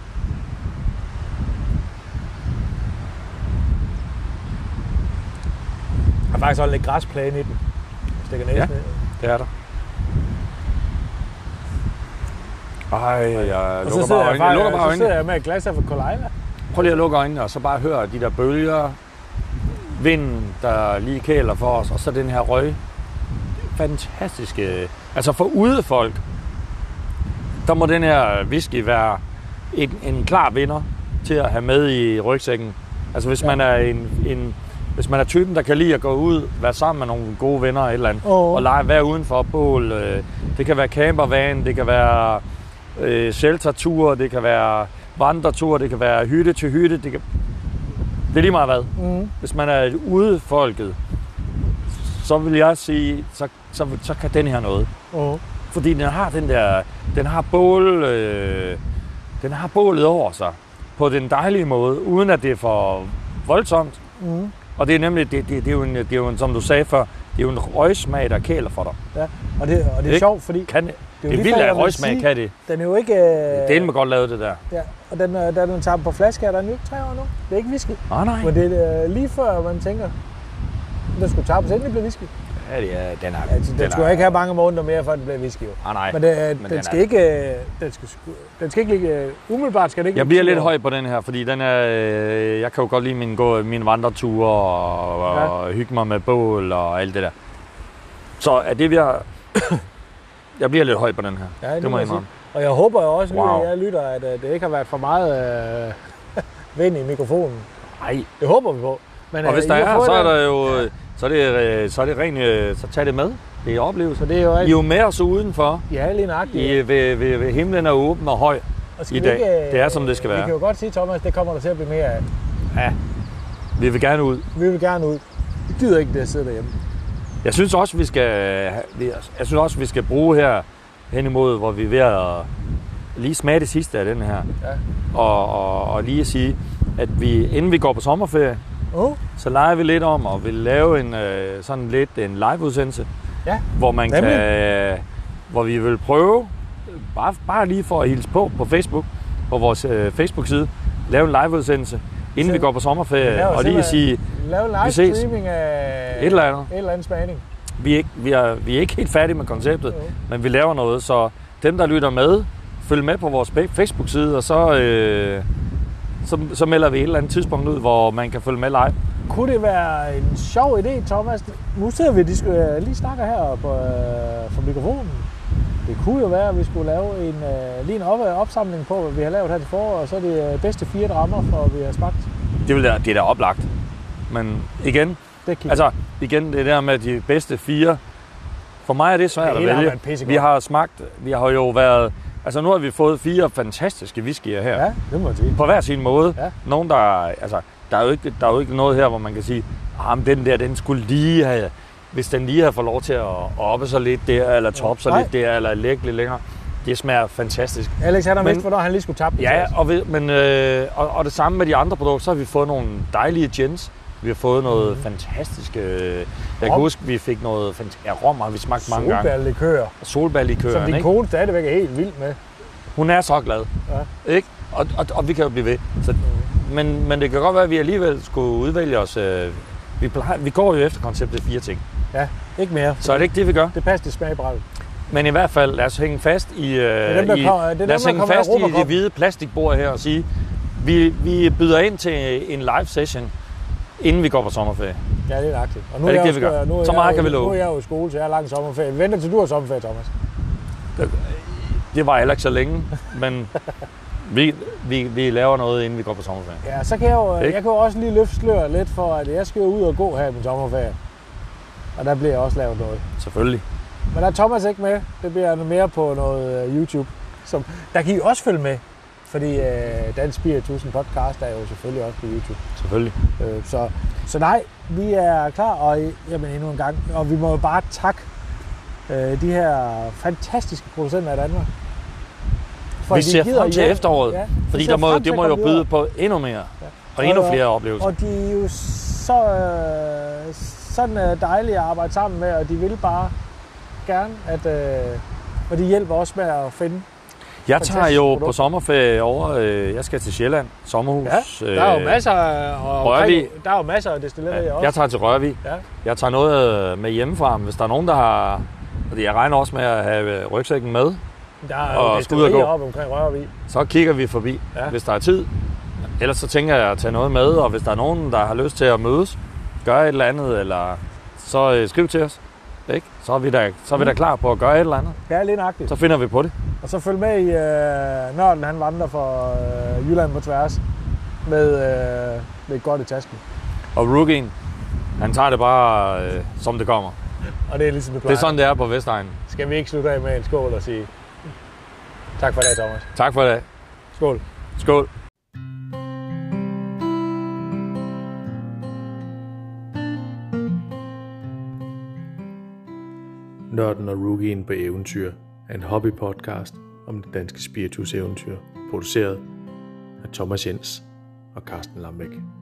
Speaker 1: Der er faktisk også lidt græsplæne i den. Jeg stikker næsen
Speaker 2: Ja.
Speaker 1: ja.
Speaker 2: Det er der. Ej, jeg
Speaker 1: Og så
Speaker 2: lukker
Speaker 1: sidder
Speaker 2: bare
Speaker 1: jeg,
Speaker 2: øjnene. Jeg lukker
Speaker 1: bare,
Speaker 2: bare
Speaker 1: så sidder
Speaker 2: øjnene.
Speaker 1: jeg med et glas af for Colaila.
Speaker 2: Prøv lige at lukke øjnene, og så bare høre de der bølger, vinden, der lige kæler for os, og så den her røg. Fantastiske... Altså for udefolk, der må den her whisky være en, en klar vinder til at have med i rygsækken. Altså hvis man er en, en hvis man er typen, der kan lide at gå ud, være sammen med nogle gode venner eller et eller andet,
Speaker 1: Åh.
Speaker 2: og lege, være udenfor bål. øh, Det kan være campervan, det kan være øh, shelterture, det kan være vandreture, det kan være hytte til hytte. Det, kan... det er lige meget hvad.
Speaker 1: Mm.
Speaker 2: Hvis man er et udefolket, så vil jeg sige, så, så, så kan den her noget.
Speaker 1: Oh.
Speaker 2: Fordi den har den der, den har bål, øh, den har bålet over sig på den dejlige måde, uden at det er for voldsomt.
Speaker 1: Mm.
Speaker 2: Og det er nemlig, det, det, det, er, jo en, det er jo en, som du sagde før, det er jo en røgsmag, der kæler for dig.
Speaker 1: Og det, og det er
Speaker 2: Ikke?
Speaker 1: sjovt, fordi
Speaker 2: Kan, det
Speaker 1: det er
Speaker 2: er
Speaker 1: jo
Speaker 2: vildt,
Speaker 1: før,
Speaker 2: at
Speaker 1: jeg vil
Speaker 2: røgsmag
Speaker 1: sige,
Speaker 2: kan det.
Speaker 1: Den er jo ikke... Øh,
Speaker 2: Det er med godt lavet, det der.
Speaker 1: ja, og den, øh, da den tager på flaske, er den jo ikke tre år nu. Det er ikke whisky.
Speaker 2: Nej, nej.
Speaker 1: Men det er øh, lige før, man tænker, den skulle tappes, inden det blev whisky.
Speaker 2: Ja, det er, den er,
Speaker 1: Altså, den, den skulle ikke have mange måneder mere, før den blev whisky. Jo.
Speaker 2: Nej, nej.
Speaker 1: Men, det, men den,
Speaker 2: den er-
Speaker 1: skal ikke, øh, den, skal, sku- den skal ikke ligge... øh, Umiddelbart skal den ikke
Speaker 2: Jeg
Speaker 1: ligge
Speaker 2: bliver
Speaker 1: ti
Speaker 2: lidt
Speaker 1: år.
Speaker 2: høj på den her, fordi den er, øh, jeg kan jo godt lide mine, gå, mine vandreture og, og hygge mig med bål og alt det der. Så er det, vi har... jeg bliver lidt høj på den her.
Speaker 1: Ja,
Speaker 2: Det må jeg
Speaker 1: sige.
Speaker 2: indrømme.
Speaker 1: Og jeg håber jo også, wow.
Speaker 2: Wow.
Speaker 1: at jeg lytter, at øh, det ikke har været for meget øh, vind i mikrofonen.
Speaker 2: Nej.
Speaker 1: Det håber vi på. Men,
Speaker 2: Og
Speaker 1: øh,
Speaker 2: hvis
Speaker 1: I
Speaker 2: der
Speaker 1: har
Speaker 2: er,
Speaker 1: fået
Speaker 2: så er
Speaker 1: den.
Speaker 2: der jo... øh, Så er det, øh, så er det rent... øh, Så tag det med. Det er oplevelse.
Speaker 1: Så det er jo
Speaker 2: I er
Speaker 1: alt.
Speaker 2: jo med os udenfor.
Speaker 1: Ja, lige nøjagtigt.
Speaker 2: I, ved, ved, ved, himlen er åben og høj.
Speaker 1: Og
Speaker 2: i
Speaker 1: vi
Speaker 2: dag.
Speaker 1: øh,
Speaker 2: Det er, som det skal
Speaker 1: Vi
Speaker 2: være.
Speaker 1: kan jo godt sige, Thomas, det kommer der til at blive mere af.
Speaker 2: Vi vil gerne ud.
Speaker 1: Vi vil gerne ud. Vi gider ikke det at sidde derhjemme.
Speaker 2: Jeg synes også, vi skal, jeg synes også, vi skal bruge her hen imod, hvor vi er ved at lige smage det sidste af den her.
Speaker 1: Ja.
Speaker 2: Og, og, og lige sige, at vi, inden vi går på sommerferie,
Speaker 1: Uh,
Speaker 2: så leger vi lidt om og vil lave en, øh, sådan lidt en liveudsendelse,
Speaker 1: Ja,
Speaker 2: hvor man
Speaker 1: nemlig.
Speaker 2: kan, øh, hvor vi vil prøve, øh, bare, bare lige for at hilse på på Facebook, på vores øh, Facebook-side, lave en liveudsendelse, inden vi
Speaker 1: Selv-
Speaker 2: går på
Speaker 1: Vi
Speaker 2: sommerferie,
Speaker 1: laver
Speaker 2: og lige sige et
Speaker 1: lav
Speaker 2: Vi
Speaker 1: live
Speaker 2: ses.
Speaker 1: streaming af
Speaker 2: eller andet.
Speaker 1: et eller andet smagning.
Speaker 2: Vi er ikke, vi er, vi er ikke helt færdige med konceptet,
Speaker 1: Jo.
Speaker 2: men vi laver noget, så dem, der lytter med, følg med på vores pe- Facebook-side, og så, øh, så, så melder vi et eller andet tidspunkt ud, hvor man kan følge med live.
Speaker 1: Kunne det være en sjov idé, Thomas? Nu sidder vi og disku- øh, lige snakker her på, øh, for mikrofonen. Det kunne jo være, at vi skulle lave en, øh, lige en op- opsamling på, hvad vi har lavet her til foråret, og så er det øh, bedste fire rammer, for vi har smagt.
Speaker 2: Det, vil, da- det er da oplagt. Men igen,
Speaker 1: Det kigger.
Speaker 2: altså, igen det der med de bedste fire, for mig er det svært at
Speaker 1: hele har
Speaker 2: vælge.
Speaker 1: været pissegodt.
Speaker 2: Vi har smagt, vi har jo været, altså nu har vi fået fire fantastiske whiskyer her.
Speaker 1: ja, det må jeg sige.
Speaker 2: på hver sin måde.
Speaker 1: Ja.
Speaker 2: Ja. Nogen, der, altså, der, er jo ikke, der er jo ikke noget her, hvor man kan sige, ah, men den der, den skulle lige have, hvis den lige havde fået lov til at oppe sig lidt der, eller toppe sig
Speaker 1: Nej.
Speaker 2: lidt der, eller lægge lidt længere. Det smager fantastisk.
Speaker 1: Alex, han har
Speaker 2: Men-
Speaker 1: vidst, hvornår han lige skulle tabe den til
Speaker 2: Ja,
Speaker 1: os.
Speaker 2: og, ved, men, øh, og, og det samme med de andre produkter, så har vi fået nogle dejlige gins. Vi har fået noget mm. fantastisk... Øh, jeg kan
Speaker 1: Mhm. Rom.
Speaker 2: huske, vi fik noget... Fant- ja, rom har vi smagt mange gange.
Speaker 1: Solbærlikør, som
Speaker 2: Solbærlikøren,
Speaker 1: din
Speaker 2: ikke?
Speaker 1: kone stadigvæk er helt vild med.
Speaker 2: Hun er så glad. Ja. Ikke? Og, og, og vi kan jo blive ved. Så, men, men det kan godt være, at vi alligevel skulle udvælge os... Øh, vi, plejer, vi går jo efter konceptet fire ting.
Speaker 1: Ikke mere.
Speaker 2: Så er det ikke det, vi gør.
Speaker 1: Det passer til smagbrættet. Men
Speaker 2: Men i hvert fald, lad os hænge fast i, øh,
Speaker 1: er dem, der
Speaker 2: i,
Speaker 1: kommer- det er dem,
Speaker 2: lad os
Speaker 1: der
Speaker 2: hænge
Speaker 1: kommer
Speaker 2: fast
Speaker 1: af
Speaker 2: i det
Speaker 1: Europacup.
Speaker 2: hvide plastikbord her og sige, vi, vi byder ind til en live session, inden vi går på sommerferie.
Speaker 1: Ja, det er nøjagtigt. Og nu
Speaker 2: Er det
Speaker 1: jeg
Speaker 2: ikke det,
Speaker 1: jo
Speaker 2: vi gør?
Speaker 1: sku- nu er
Speaker 2: Så
Speaker 1: jeg
Speaker 2: meget
Speaker 1: jo-
Speaker 2: kan vi love.
Speaker 1: Nu er jeg jo i skole, så jeg har lang sommerferie. Vi venter til du har sommerferie, Thomas.
Speaker 2: Det var heller ikke så længe, men vi, vi, vi laver noget, inden vi går på sommerferie.
Speaker 1: Ja, så kan jeg jo, øh,
Speaker 2: Ikke?
Speaker 1: jeg kan jo også lige løfte sløret lidt for, at jeg skal jo ud og gå her i min sommerferie. Og der bliver også lavet noget.
Speaker 2: Selvfølgelig.
Speaker 1: Men der er Thomas ikke med. Det bliver noget mere på noget øh, YouTube. Som, der kan I også følge med. Fordi øh, Dansk Spiritusen podcast er jo selvfølgelig også på YouTube.
Speaker 2: Selvfølgelig.
Speaker 1: Øh, så, så nej, vi er klar, og øh, jamen, endnu en gang. Og vi må jo bare takke øh, de her fantastiske producenter i Danmark. For
Speaker 2: Vi
Speaker 1: at de
Speaker 2: ser
Speaker 1: gider
Speaker 2: frem til
Speaker 1: hjælpe-
Speaker 2: efteråret,
Speaker 1: Ja, vi
Speaker 2: Fordi
Speaker 1: ser
Speaker 2: der må,
Speaker 1: frem til
Speaker 2: det
Speaker 1: at
Speaker 2: må jo
Speaker 1: komme
Speaker 2: byde
Speaker 1: videre.
Speaker 2: på endnu mere. Og
Speaker 1: Og-
Speaker 2: endnu
Speaker 1: og-
Speaker 2: flere oplevelser.
Speaker 1: Og de er jo så øh, sådan øh, dejlige at arbejde sammen med, og de vil bare gerne, at, øh, og de hjælper også med at finde.
Speaker 2: Jeg tager
Speaker 1: fantastiske
Speaker 2: jo på
Speaker 1: produkter.
Speaker 2: sommerferie over, øh, jeg skal til Sjælland, sommerhus. øh,
Speaker 1: af, og
Speaker 2: Rørvig.
Speaker 1: der er jo masser af destillerier
Speaker 2: Ja, jeg tager til Rørvig.
Speaker 1: Ja.
Speaker 2: Jeg tager noget øh, med hjemmefra, men hvis der er nogen, der har... Fordi jeg regner også med at have øh, rygsækken med.
Speaker 1: der er
Speaker 2: og
Speaker 1: jo
Speaker 2: skal ud og
Speaker 1: destillerier
Speaker 2: gå.
Speaker 1: op omkring Rørvig.
Speaker 2: Så kigger vi forbi,
Speaker 1: Ja.
Speaker 2: ja. hvis der er tid. Ellers så tænker jeg at tage noget med, og hvis der er nogen, der har lyst til at mødes, gøre et eller andet, eller så øh, skriv til os. Ikke? Så er vi da, så er
Speaker 1: Mm.
Speaker 2: vi da klar på at gøre et eller andet.
Speaker 1: Ja, lige nøjagtigt.
Speaker 2: Så finder vi på det.
Speaker 1: Og så følg med i øh, Nørden, han vandrer fra øh, Jylland på tværs med, øh, med et godt i tasken.
Speaker 2: Og rookien, han tager det bare, øh, som det kommer.
Speaker 1: Og det er ligesom det
Speaker 2: Det
Speaker 1: plejer.
Speaker 2: er sådan, det er på Vestegnen.
Speaker 1: Skal vi ikke slutte af med en skål og sige tak for i dag, Thomas.
Speaker 2: Tak for i dag.
Speaker 1: Skål.
Speaker 2: Skål.
Speaker 3: Nørden og Rookien på eventyr er en hobbypodcast om det danske spirituseventyr, produceret af Thomas Jens og Carsten Lambæk.